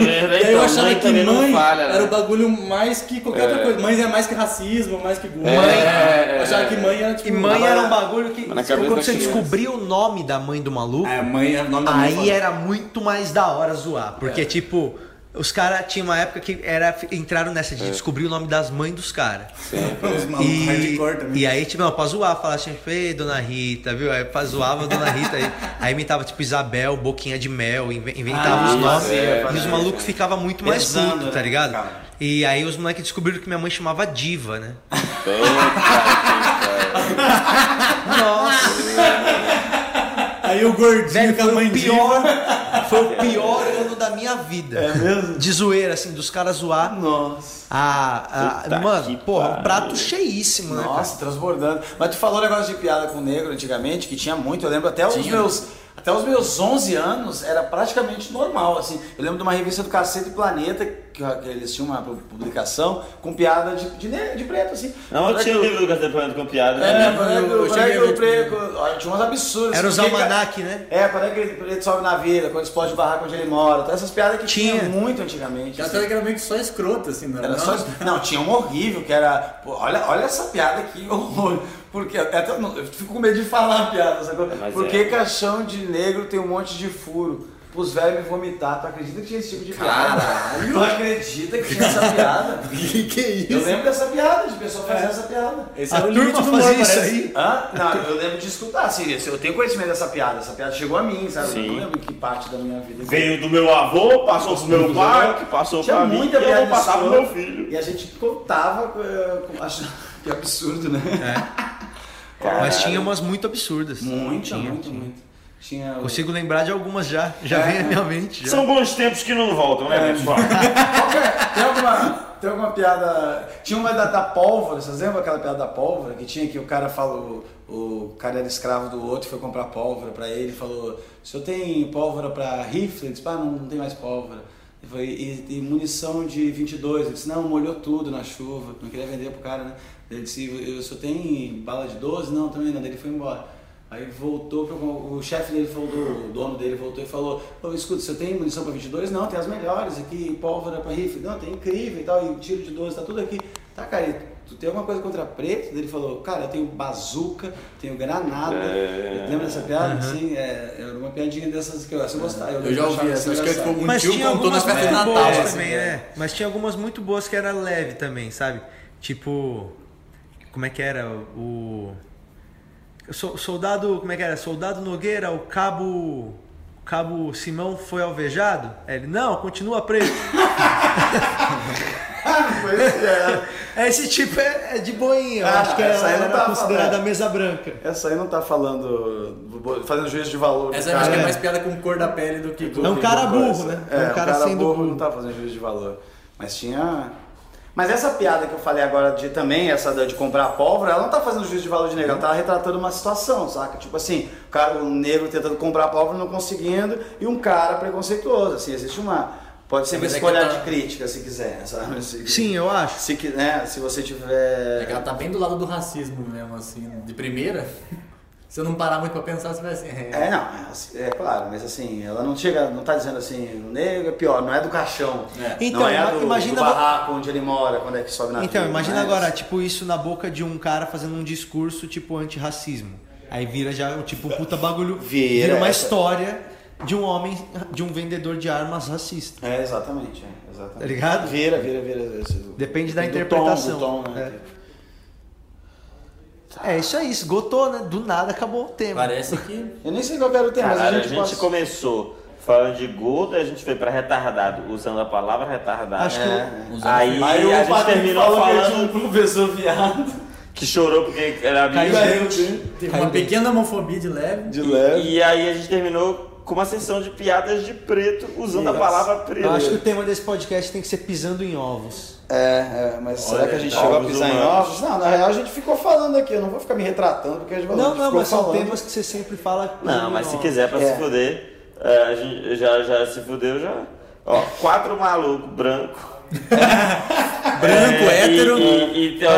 C: merda.
E: e aí eu
C: então,
E: achava
C: mãe
E: que
C: também
E: mãe
C: não falha, né?
E: era o bagulho mais que qualquer outra
C: É.
E: coisa. Mãe é mais que racismo, mais que gordo.
C: É,
E: Mãe-
C: é, é.
E: eu achava que mãe era tipo.
B: E mãe era um bagulho que.
C: Mas na cabeça
B: Quando
C: da
B: você
C: criança.
B: descobria o nome da mãe do maluco,
E: É, mãe era o nome da mãe.
B: aí era muito mais da hora zoar. Porque, tipo, os caras tinham uma época que era, entraram nessa de descobrir o nome das mães dos caras.
E: Os malucos
B: é E,
E: hardcore também.
B: e aí, tipo, não, pra zoar, falar assim, ei, dona Rita, viu? Aí pra zoava a dona Rita aí. Aí imitava, tipo, Isabel, boquinha de mel, inve- inventava os nomes. e os malucos ficavam muito mais
A: Pesando,
B: putos,
A: né?
B: tá ligado?
A: Ficava.
B: E aí os moleques descobriram que minha mãe chamava Diva, né? Nossa,
E: Aí o gordinho
B: velho,
E: com a
B: foi
E: mãe
B: o pior. Foi o pior ano da minha vida. É mesmo? De zoeira, assim, dos caras zoar.
A: Nossa.
B: Ah,
C: Puta
B: mano,
C: que
B: porra, um
C: pariu.
B: prato cheíssimo, né? cara?
A: Nossa, transbordando. Mas tu falou um negócio de piada com negro antigamente, que tinha muito, eu lembro até os meus. Até os meus 11 anos era praticamente normal, assim. Eu lembro de uma revista do Cacete Planeta, que, que eles tinham uma publicação com piada de, de, ne- de preto, assim.
C: Não, eu tinha o livro do Castelplano com piada,
A: É,
C: né?
A: quando é que
E: Eu
A: o- quando
E: cheguei
A: é que
E: a ver
A: o preto. ó, Tinha uns absurdos.
B: Era os
A: Porque, cara,
B: almanac, né?
A: É, quando é que o preto sobe na vida, quando explode o barraco onde ele mora. Então, essas piadas que tinha,
B: Tinha.
A: muito antigamente.
E: Que a
A: assim.
E: série que era meio que só escrota, assim, não era?
A: Era só-
E: Não,
A: não, tinha um horrível que era. pô, olha, olha essa piada aqui, horror. Porque até não- eu fico com medo de falar a piada, sacou?
C: É, mas
A: Porque
C: é.
A: caixão de negro tem um monte de furo. pros velhos me vomitar. Tu acredita que tinha esse tipo de piada? Caralho! Tu acredita que tinha essa piada? que, que isso? Eu lembro dessa piada, de pessoa fazer essa piada.
J: a
C: é
J: turma fazia isso aí.
A: Hã? Não, eu lembro de escutar, assim, eu tenho conhecimento dessa piada, essa piada chegou a mim, sabe? Eu
C: Sim.
A: não lembro que parte da minha vida.
C: Veio do meu avô, passou pro meu pai, que passou
A: Tinha
C: pra mim, e
A: muita
C: eu
A: piada
C: vou passar pro
A: escrota.
C: meu filho.
A: E a gente contava, eh, com- achando que absurdo, né?
B: É, Mas tinha umas muito absurdas.
A: Muito,
B: Tinha,
A: muito,
B: tinha.
A: muito. Tinha o-
B: Consigo lembrar de algumas já. Já
C: É?
B: vem à minha mente. já.
C: São bons tempos que não voltam, né, pessoal?
A: é? Tem alguma, tem alguma piada. Tinha uma da, da pólvora, vocês lembram aquela piada da pólvora que tinha que o cara falou. O cara era escravo do outro e foi comprar pólvora pra ele e falou: O senhor tem pólvora pra rifle? Ele disse: Ah, não, não tem mais pólvora. Ele falou, e, e munição de 22? Ele disse: Não, molhou tudo na chuva, não queria vender pro cara, né? Ele disse: "E O senhor tem bala de 12? Não, também não. Daí ele foi embora. Aí voltou pro. O chefe dele falou, o dono dele voltou e falou: Ô, escuta, você tem munição pra 22? Não, tem as melhores aqui, pólvora pra rifle. Não, tem incrível e tal, e tiro de 12, tá tudo aqui. Tá, cara, e tu tem alguma coisa contra preto? Ele falou: Cara, eu tenho bazuca, tenho granada. Lembra dessa piada? Sim, é, era uma piadinha dessas que eu, essa eu gostava.
E: Eu já ouvi
A: achava
E: essa, acho que é tipo
A: engraçado.
E: um
B: Mas
E: tio
B: tinha
E: contou na
B: algumas
E: festa de
B: muito
E: Natal,
B: boas
E: assim.
B: também,
A: é.
B: né? Mas tinha algumas muito boas que era leve também, sabe? Tipo. Como é que era? O. o so- Soldado. Como é que era? Soldado Nogueira, o cabo. o Cabo Simão foi alvejado? Aí Ele, não, continua preso. Esse tipo é, é de boinha. Eu
A: Ah,
B: acho que era,
A: essa aí não
B: era
A: tava
B: considerada
A: falando.
B: mesa branca.
A: Essa aí não tá falando. fazendo juízo de valor.
E: Essa eu
A: cara,
E: acho que é
A: né?
E: mais piada com cor da pele do que com.
B: É um cara burro, né?
A: É, um cara,
B: sendo
A: burro,
B: burro.
A: não tá fazendo juízo de valor. Mas tinha. Mas essa piada que eu falei agora de também, essa da- de comprar a pólvora, ela não tá fazendo juízo de valor de negro, ela
B: Uhum.
A: tá retratando uma situação, saca? Tipo assim, o cara, um negro tentando comprar a pólvora não conseguindo, e um cara preconceituoso, assim, existe uma. Pode ser uma
E: Mas é que
A: escolha
E: tá-
A: de crítica, se quiser, sabe? Se-
B: Sim, eu acho.
A: Se, qui- né? se você tiver.
E: É que ela tá bem do lado do racismo mesmo, assim, de primeira. Se eu não parar muito pra pensar, você vai assim. É.
A: É, não, é assim, é claro, mas assim, ela não chega, não tá dizendo assim, o negro é pior, não é do caixão.
B: Então,
A: não é
B: ima-
A: do,
B: imagina-
A: do barraco onde ele mora, quando é que sobe na
B: Então,
A: vida,
B: imagina
A: né?
B: agora, tipo, isso na boca de um cara fazendo um discurso, tipo, antirracismo. Aí vira já, um tipo, um puta bagulho.
A: Vira
B: uma
A: essa.
B: história de um homem, de um vendedor de armas racista.
A: É, exatamente, é, exatamente.
B: Tá ligado?
A: Vira, vira, vira. esse-
B: Depende da
A: do tom,
B: interpretação.
A: do tom, né?
B: É isso aí, esgotou, né? Do nada acabou o tema.
E: Parece que.
A: Eu nem sei qual era o tema, mas
C: Caralho,
A: a gente, pode...
C: começou falando de gordo, aí a gente foi pra retardado, usando a palavra retardado. É.
B: Acho que
C: Aí, a gente
A: Patrick
C: terminou
A: falou que eu
C: falando
A: tinha um professor viado.
C: que chorou porque era
B: Caiu
C: amigo.
E: Teve uma pequena homofobia de leve.
A: De leve.
C: E aí a gente terminou com uma sessão de piadas de preto, usando a palavra preto.
B: Eu acho que o tema desse podcast tem que ser pisando em ovos.
A: É, é, mas será que a gente chegou a
C: ovos
A: pisar em
C: tá, humanos.
A: ovos? Não, na real a gente ficou falando aqui, eu não vou ficar me retratando, porque a gente
B: Não, não,
A: ficou
B: mas são
A: falando.
B: temas que você sempre fala.
C: Não, mas se quiser pra
A: É.
C: se fuder, é, a gente já, já se fudeu, já. Ó, quatro malucos branco.
E: Branco,
C: É, e-
E: hétero.
C: E, e,
B: classe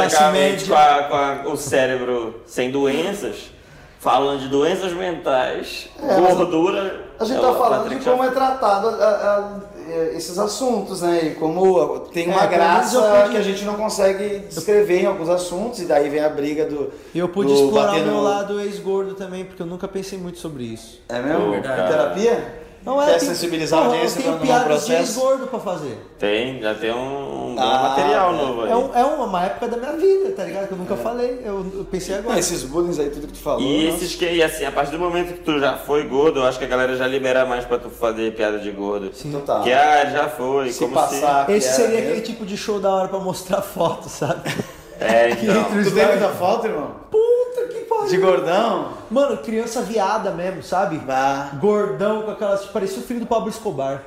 B: média.
C: teoricamente com, a- com a- o cérebro sem doenças, falando de doenças mentais, gordura.
A: É, A gente
C: é,
A: tá
C: o
A: falando
C: Patrick
A: de
C: já-
A: como é tratado a- a- é, esses assuntos, né? E como tem uma
B: É, pelo menos
A: graça
B: eu podia-
A: que a gente não consegue descrever em alguns assuntos, e daí vem a briga do.
B: Eu pude
A: do
B: explorar
A: bater
B: o meu
A: no-
B: lado ex-gordo também, porque eu nunca pensei muito sobre isso.
A: É mesmo?
C: Pô, cara.
A: terapia?
B: Não é,
A: Quer
B: tem-
A: sensibilizar a
B: Porra,
A: audiência
B: Eu
A: pra
B: tenho
A: não um
B: piadas de
A: processo?
B: ex-gordo pra fazer.
C: Tem, já tem um, um bom
A: Ah,
C: material
A: é.
C: novo aí.
B: É, um- é uma época da minha vida, tá ligado? Que eu
C: É.
B: nunca falei. Eu, eu pensei
A: Não,
B: agora.
A: esses bullying aí, tudo que tu falou.
C: E
A: nossa.
C: esses que, e assim, a partir do momento que tu já foi gordo, eu acho que a galera já libera mais pra tu fazer piada de gordo.
A: Total.
C: Que ah, já foi,
A: se
C: como
B: Esse
A: passar. piada
C: é
B: seria
A: mesmo.
B: aquele tipo de show da hora pra mostrar foto, sabe?
C: se. É, então.
B: Entre os
A: Tu lembra
B: dois.
A: da foto, irmão?
B: Puta que pariu.
A: De gordão?
B: Mano, criança viada mesmo, sabe?
A: Bah.
B: Gordão com aquelas. tipo, Parecia o filho do Pablo Escobar.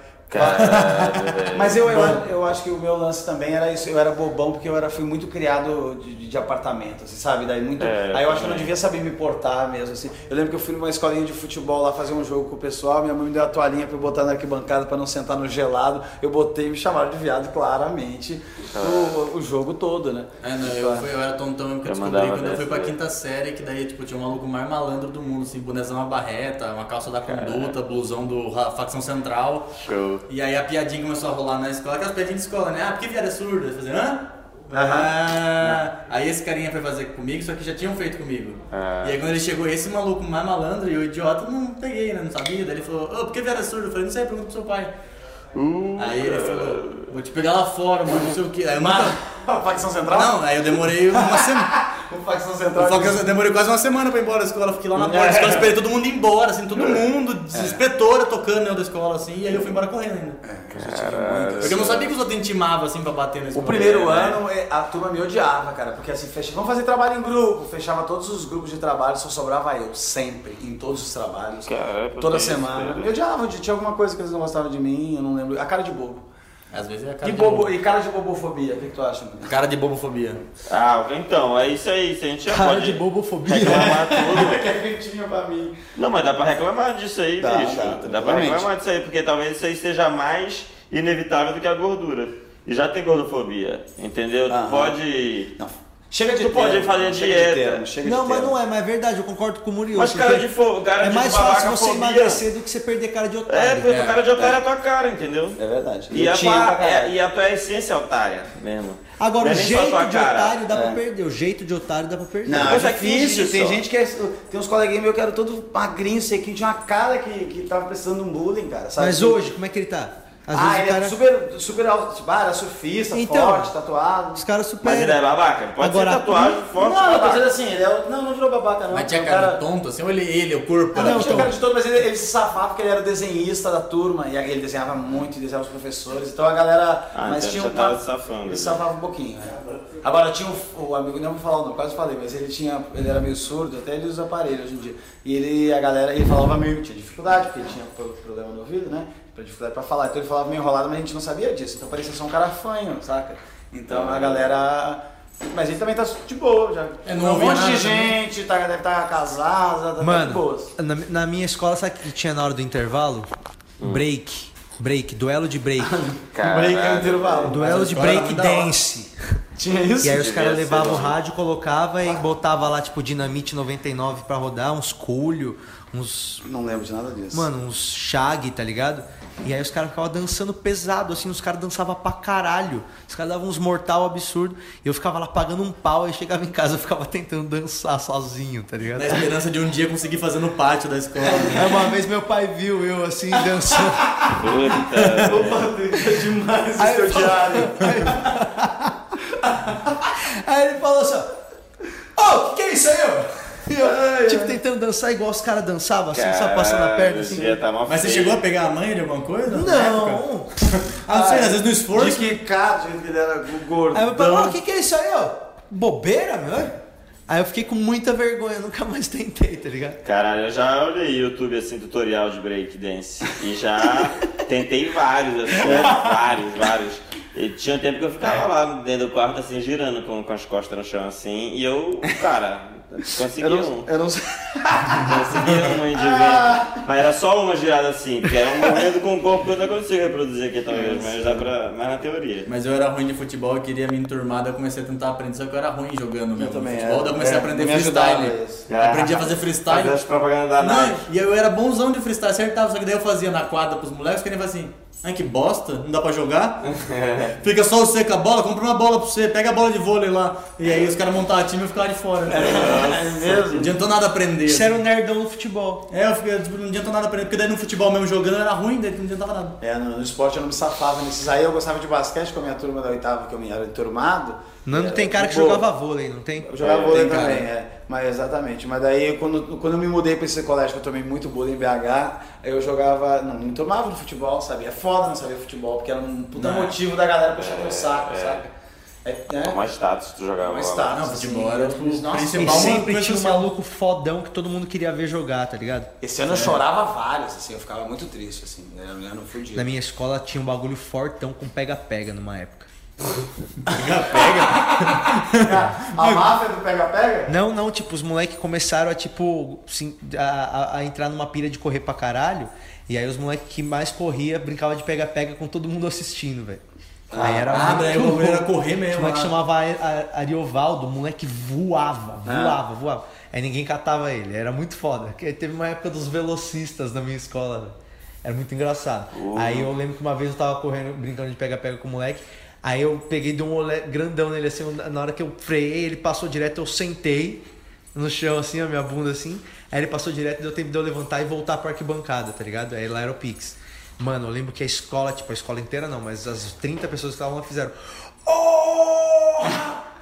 C: Caralho, velho.
A: Mas eu, eu, eu acho que o meu lance também era isso, eu era bobão porque eu era, fui muito criado de, de- de apartamento, assim, sabe? Daí muito.
C: É, eu
A: aí eu acho que eu
C: também.
A: não devia saber me portar mesmo, assim. Eu lembro que eu fui numa escolinha de futebol lá fazer um jogo com o pessoal, minha mãe me deu a toalhinha pra eu botar na arquibancada pra não sentar no gelado. Eu botei e me chamaram de viado, claramente, o, o jogo todo, né?
E: É, não, eu, fui, eu era tontão porque
C: Eu
E: eu descobri
C: mandava
E: quando eu fui
C: dessa
E: pra
C: daí.
E: quinta série que daí, tipo, tinha um maluco mais malandro do mundo, assim, bonézão uma barreta, uma calça da conduta, blusão do ra- facção central.
C: Show.
E: E aí a piadinha começou a rolar na escola, aquelas piadinhas de escola, né? Ah, por que viado é surdo? Aí você fazia, hã? Ah, aí Aí esse carinha foi fazer comigo, só que já tinham feito comigo.
A: Ah.
E: E aí quando ele chegou, esse maluco mais malandro e o idiota, não peguei, né? Não sabia. Daí ele falou, ô, por que era surdo? Eu falei, não sei, pergunta pro seu pai.
A: Uh.
E: Aí ele falou, vou te pegar lá fora, mano, não sei o que. Aí eu, mano,
A: Facção Central?
E: não, aí eu demorei uma semana.
A: O Facção
E: Eu
A: Central.
E: falo que eu demorei quase uma semana pra ir embora da escola, fiquei lá na
A: É.
E: porta da escola, esperei todo mundo ir embora, assim, todo mundo, desespetora tocando eu da escola, assim, e aí eu fui embora correndo ainda.
A: É,
E: Porque eu não sabia que os outros intimavam, assim, pra bater na
A: O
E: escola. É,
A: primeiro ano eh, a turma me odiava, cara, porque assim, fecha... vamos fazer trabalho em grupo, fechava todos os grupos de trabalho, só sobrava eu, sempre, em todos os trabalhos,
K: Cara, por
A: toda
K: que isso,
A: semana.
K: velho?
A: Me odiavam, tinha alguma coisa que eles não gostavam de mim, eu não lembro. A cara de bobo.
E: Às vezes é a cara
A: E,
E: de
A: bobo, e cara de bobofobia, o que, que tu acha, mano?
E: Cara de bobofobia.
C: Ah, então, é isso aí. isso A gente já
B: Cara
C: pode
B: de bobofobia.
C: reclamar tudo.
A: Que ventinha pra mim.
C: Não, mas dá pra reclamar disso aí,
A: Dá,
C: bicho.
A: dá,
C: Dá, pra
A: tranquilamente.
C: reclamar disso aí, porque talvez isso aí seja mais inevitável do que a gordura. E já tem gordofobia, entendeu? Tu
A: Aham.
C: pode.
A: Não. Chega de
C: Tu pode
A: termo,
C: fazer
A: chega
C: dieta.
A: De termo, chega
B: Não,
A: de
B: mas
A: termo.
B: não é, mas é verdade, eu concordo com o Muriel.
C: Mas cara de fogo, cara
B: É
C: de
B: mais fácil você
C: babacafobia.
B: emagrecer do que você perder cara de
C: É,
B: otário.
C: porque o cara de otário é a tua cara, entendeu?
A: né? É verdade.
C: E
A: Eu
C: a,
A: tinha pra
C: tua,
A: caralho.
C: é, e a tua essência é otária mesmo.
B: Agora,
C: Não é
B: o
C: nem só
B: jeito de
C: tua cara. É.
B: otário dá pra perder. O jeito de otário dá pra perder.
A: Não,
C: Coisa
A: é difícil.
C: difícil
A: Tem
C: só.
A: gente que é, tem uns coleguinhas meus que eram todo magrinho, sequinho, tinha uma cara que, que tava precisando de um bullying, cara. Sabe?
B: Mas hoje, como é que ele tá? Às
A: ah,
B: vezes
A: ele
B: o cara.
A: é super, super alto, bah, era surfista,
B: Então.
A: forte, tatuado.
B: Os caras
C: Mas ele é
B: superam.
C: babaca? Ele Pode
B: Agora,
C: ser tatuagem forte.
A: não, eu tô
C: babaca.
A: dizendo assim, ele é, o- não, não virou babaca não. um
E: Mas tinha
A: O
E: cara de tonto, assim, ou ele, ele o corpo?
A: Ah,
E: era
A: não, tinha
E: tonto?
A: cara de todo, mas ele, ele se safava porque ele era o desenhista da turma, e aí ele desenhava muito, e desenhava os professores, então a galera.
C: Ah,
A: mas
C: então
A: tinha
C: já
A: um-
C: tava se safando,
A: Ele
C: né?
A: se safava um pouquinho. né? Agora tinha um, o amigo, não vou falar o nome, quase falei, mas ele tinha. Ele era meio surdo, até ele usa aparelho hoje em dia. E ele, a galera, ele falava meio, tinha dificuldade, porque ele tinha um pro- problema no ouvido, né? Pra dificuldade pra falar. Então ele falava meio enrolado, mas a gente não sabia disso. Então parecia só um cara fanho, saca? Então a galera. Mas ele também tá de boa, já.
E: É, não
A: um
E: ouvia
A: monte de
E: nada também.
A: gente, tá, deve estar tá casada, tá, tá de
B: Mano,
A: boa.
B: na, na minha escola, sabe o que tinha na hora do intervalo?
A: Hum.
B: Break. Break, duelo de break.
A: Ah, Break no intervalo.
B: duelo de break dance.
A: Tinha isso? né?
B: E aí os
C: Devia
B: caras
C: ser
B: levavam o
C: bom.
B: rádio, colocava e botava lá, tipo, Dinamite 99 pra rodar, uns culho, uns.
A: Não lembro de nada disso.
B: Mano, uns shag, tá ligado? E aí os caras ficavam dançando pesado, assim, os caras dançavam pra caralho. Os caras davam uns mortal absurdo. E eu ficava lá pagando um pau, aí chegava em casa eu ficava tentando dançar sozinho, tá ligado?
E: Na esperança de um dia conseguir fazer no pátio da escola.
A: É.
B: Aí É, uma vez meu pai viu eu assim dançando.
C: Puta.
A: demais o seu diário.
B: Aí ele falou assim, ó, ô, o que, que é isso aí, ó? E eu, tipo, tentando dançar igual os caras dançavam, assim, só passando a perna, assim.
C: Devia tá mó
E: Mas você
C: feio.
E: chegou a pegar a manha de alguma coisa?
B: tá Não!
E: Ah, não sei, às vezes no esforço.
A: De que cara, do jeito que ele era gordo.
B: Aí meu pai falou, o que, que é isso aí, ó? Bobeira, meu? Aí eu fiquei com muita vergonha, nunca mais tentei, tá ligado?
C: Caralho, eu já olhei YouTube assim, tutorial de break dance. E já tentei vários, assim, vários, vários. E tinha um tempo que eu ficava lá dentro do quarto, assim, girando com, com as costas no chão, assim, e eu, cara, consegui
A: Eu
C: um.
A: não, eu não sei.
C: Consegui uma indivíduo. Mas era só uma girada assim, porque era um movimento com o corpo que eu não consigo reproduzir aqui talvez, mas dá pra. Mas na teoria.
E: Mas eu era ruim de futebol, eu queria me enturmar, daí eu comecei a tentar aprender, só que eu era ruim jogando mesmo.
A: também
E: futebol,
A: era.
E: daí eu comecei a
A: É,
E: aprender
A: me ajudava
E: freestyle.
A: isso.
E: Eu Aprendi a fazer freestyle.
A: Tá
C: Fazer as propagandas da Nike.
E: Não, e eu era bonzão de freestyle, acertava, só que daí eu fazia na quadra pros moleques, que nem assim, ai que bosta, não dá pra jogar? Fica só você com a bola, compra uma bola pra você, pega a bola de vôlei lá. E aí os caras montavam time e eu ficava de fora.
A: É mesmo?
E: Não adiantou nada aprender.
B: Você era um nerdão no futebol.
E: É, eu fiquei, tipo, não adiantou nada aprender, porque daí no futebol mesmo jogando eu era ruim, daí não adiantava nada.
A: É, no, no esporte eu não me safava nesses aí. Eu gostava de basquete com a minha turma da oitava, que eu me era enturmado.
B: Não
A: Era
B: tem cara que
A: boa.
B: jogava vôlei, não tem?
A: Eu jogava
C: É,
A: vôlei
E: tem cara.
A: também, é. Mas exatamente. Mas daí, quando, quando eu me mudei pra esse colégio, que eu tomei muito bullying em BH, eu jogava. Não, não tomava no futebol, sabia? É foda não saber futebol, porque era um puta motivo da galera puxar meu saco, sabe? É, né? É um
C: Como mais status tu jogava
A: Uma
C: lá.
A: status,
E: Não, futebol era, tipo,
A: Nossa,
E: principal.
B: E
E: Uma
B: sempre
E: coisa
B: tinha um
E: social.
B: maluco fodão que todo mundo queria ver jogar, tá ligado?
A: Esse ano eu chorava vários, assim, eu ficava muito triste, assim, né? Eu não fudia.
B: Na minha escola tinha um bagulho fortão com pega-pega numa época.
A: A máfia do pega-pega?
B: Não, não, tipo, os moleques começaram a, tipo, sim- a, a- a entrar numa pilha de correr pra caralho. E aí os moleques que mais corria brincava de pega-pega com todo mundo assistindo, velho. aí era
E: ah,
B: muito
E: daí o bagulho
B: louco.
E: era correr mesmo,
B: Tinha um moleque
E: ah.
B: que chamava A- A- Ariovaldo, o moleque voava, voava, voava. Aí ninguém catava ele, era muito foda. Porque Teve uma época dos velocistas na minha escola, velho. Era muito engraçado. Aí eu lembro que uma vez eu tava correndo, brincando de pega-pega com o moleque. Aí eu peguei de um olé grandão nele, assim, na hora que eu freiei, ele passou direto, eu sentei no chão, assim, a minha bunda, assim. Aí ele passou direto, deu tempo de eu levantar e voltar pra arquibancada, tá ligado? Aí lá era o Pix. Mano, eu lembro que a escola, tipo, a escola inteira não, mas as 30 pessoas que estavam lá fizeram... Oh!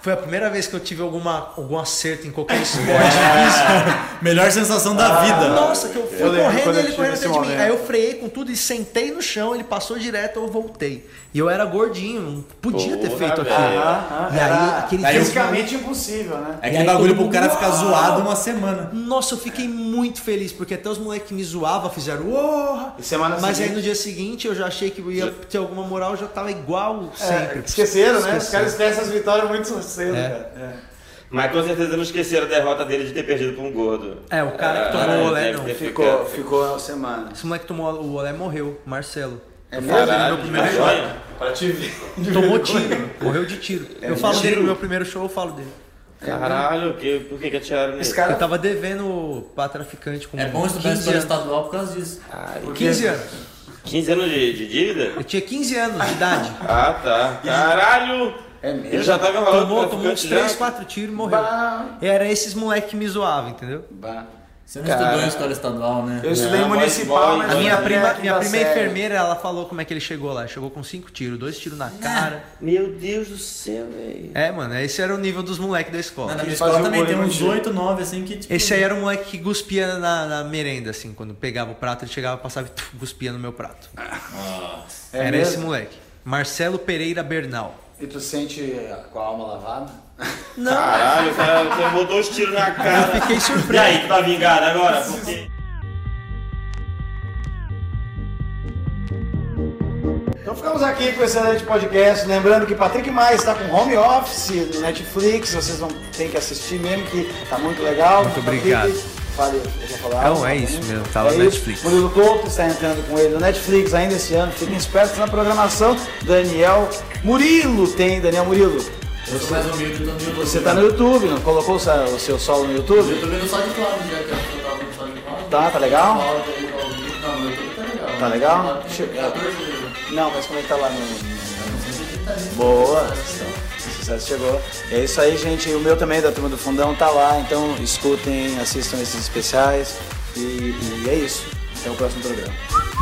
B: Foi a primeira vez que eu tive alguma, algum acerto em qualquer esporte.
L: Melhor sensação
A: Ah.
L: da vida.
B: Nossa, que eu fui
A: Eu lembro quando
B: correndo e
A: eu
B: ele
A: tive
B: correndo
A: esse
B: atrás de mim.
A: momento.
B: Aí eu freiei com tudo e sentei no chão, ele passou direto, eu voltei. E eu era gordinho, não podia ter
C: Porra,
B: feito
C: velho.
B: aquilo.
A: Ah, ah,
B: E aí,
A: era
B: aquele dia-
A: fisicamente impossível, né?
L: É
B: E aí
L: aquele bagulho
B: todo
L: pro
B: mundo-
L: cara ficar zoado uma semana.
B: Nossa, eu fiquei muito feliz, porque até os moleques que me zoavam fizeram "Orra!"
A: É. E semana
B: Mas aí
A: seguinte-
B: no dia seguinte eu já achei que eu ia ter alguma moral, eu já tava igual sempre.
A: É, esqueceram, né? Os caras esquecem as vitórias muito cedo,
B: É.
A: cara. É.
C: Mas com certeza não esqueceram a derrota dele de ter perdido pra um gordo.
B: É, o cara que tomou o
E: é,
B: olé, não.
C: Deve ter
A: Ficou,
C: ficado.
A: ficou uma semana.
B: Esse moleque que tomou o olé morreu, Marcelo.
A: É
C: Caralho,
A: primeiro
C: mas
A: jogo.
C: olha,
M: Pra te ver.
B: Tomou tiro, morreu de tiro. eu falo dele no meu primeiro show, eu falo dele.
C: Caralho, que, por que que atiraram nele?
A: Esse
B: Eu
A: cara
B: tava devendo pra traficante com
E: É bom estudar
B: 15
E: história
B: anos.
E: estadual por causa disso.
B: 15 anos.
C: 15 anos de, de dívida?
B: Eu tinha 15 anos de idade.
C: Ah, tá. Caralho!
A: é mesmo.
C: Ele já tava enrolando
B: Tomou,
C: com
B: tomou uns
C: traficante já.
B: 3, 4 tiros e morreu.
A: Bah.
B: E era esses moleque que me zoavam, entendeu?
A: Bah.
E: Você não estudou em história estadual, né?
A: Eu estudei
C: Não,
A: é em
C: mas
A: municipal,
B: A
A: mas
C: Olha,
B: minha
A: eu
B: prima,
A: aqui
B: minha
A: da
B: prima
A: é série.
B: enfermeira, ela falou como é que ele chegou lá. Chegou com 5 tiros, 2 tiros na cara.
C: Meu Deus do céu, velho.
B: É, mano, esse era o nível dos moleques da
E: Na
B: escola.
E: minha
A: fazia
E: escola
A: o
E: também tem
A: bolinho
E: uns
A: de-
E: 8, 9, assim, que tipo...
B: Esse é- aí era o moleque que cuspia na, na merenda, assim. Quando pegava o prato, ele chegava, passava e tuf, cuspia no meu prato.
A: É
B: era
A: mesmo?
B: esse moleque. Marcelo Pereira Bernal.
A: E tu sente com a alma lavada?
C: Caralho, o cara você botou os tiros na cara.
B: Eu fiquei surpreso.
C: E aí, tu tá vingado agora? Porque...
A: Então ficamos aqui com esse excelente podcast. Lembrando que Patrick Maia está com home office no Netflix. Vocês vão ter que assistir mesmo, que tá muito legal.
B: Muito
A: Patrick,
B: obrigado.
A: Valeu, deixa eu falar.
B: Não,
A: Só
B: é
A: um
B: isso
A: minuto.
B: mesmo, tá lá no
A: isso.
B: Netflix.
A: Murilo Couto está entrando com ele no Netflix ainda esse ano. Fiquem espertos na programação. Daniel Murilo tem, Daniel Murilo.
E: Eu sou mais humilde do que
A: Você tá no YouTube, não colocou o seu- o seu solo no
E: Eu
A: YouTube?
E: tô vendo só de Cláudio, já que eu tava vendo só de Cláudio.
A: Tá, tá legal?
E: Não, meu YouTube tá legal.
A: Tá legal?
E: Tem
A: Deixa eu-
E: 14 mil.
A: Não, mas como é que tá lá no. Boa! O sucesso chegou. É isso aí, gente. O meu também, da turma do fundão, tá lá. Então escutem, assistam esses especiais. E, e é isso. Até o próximo programa.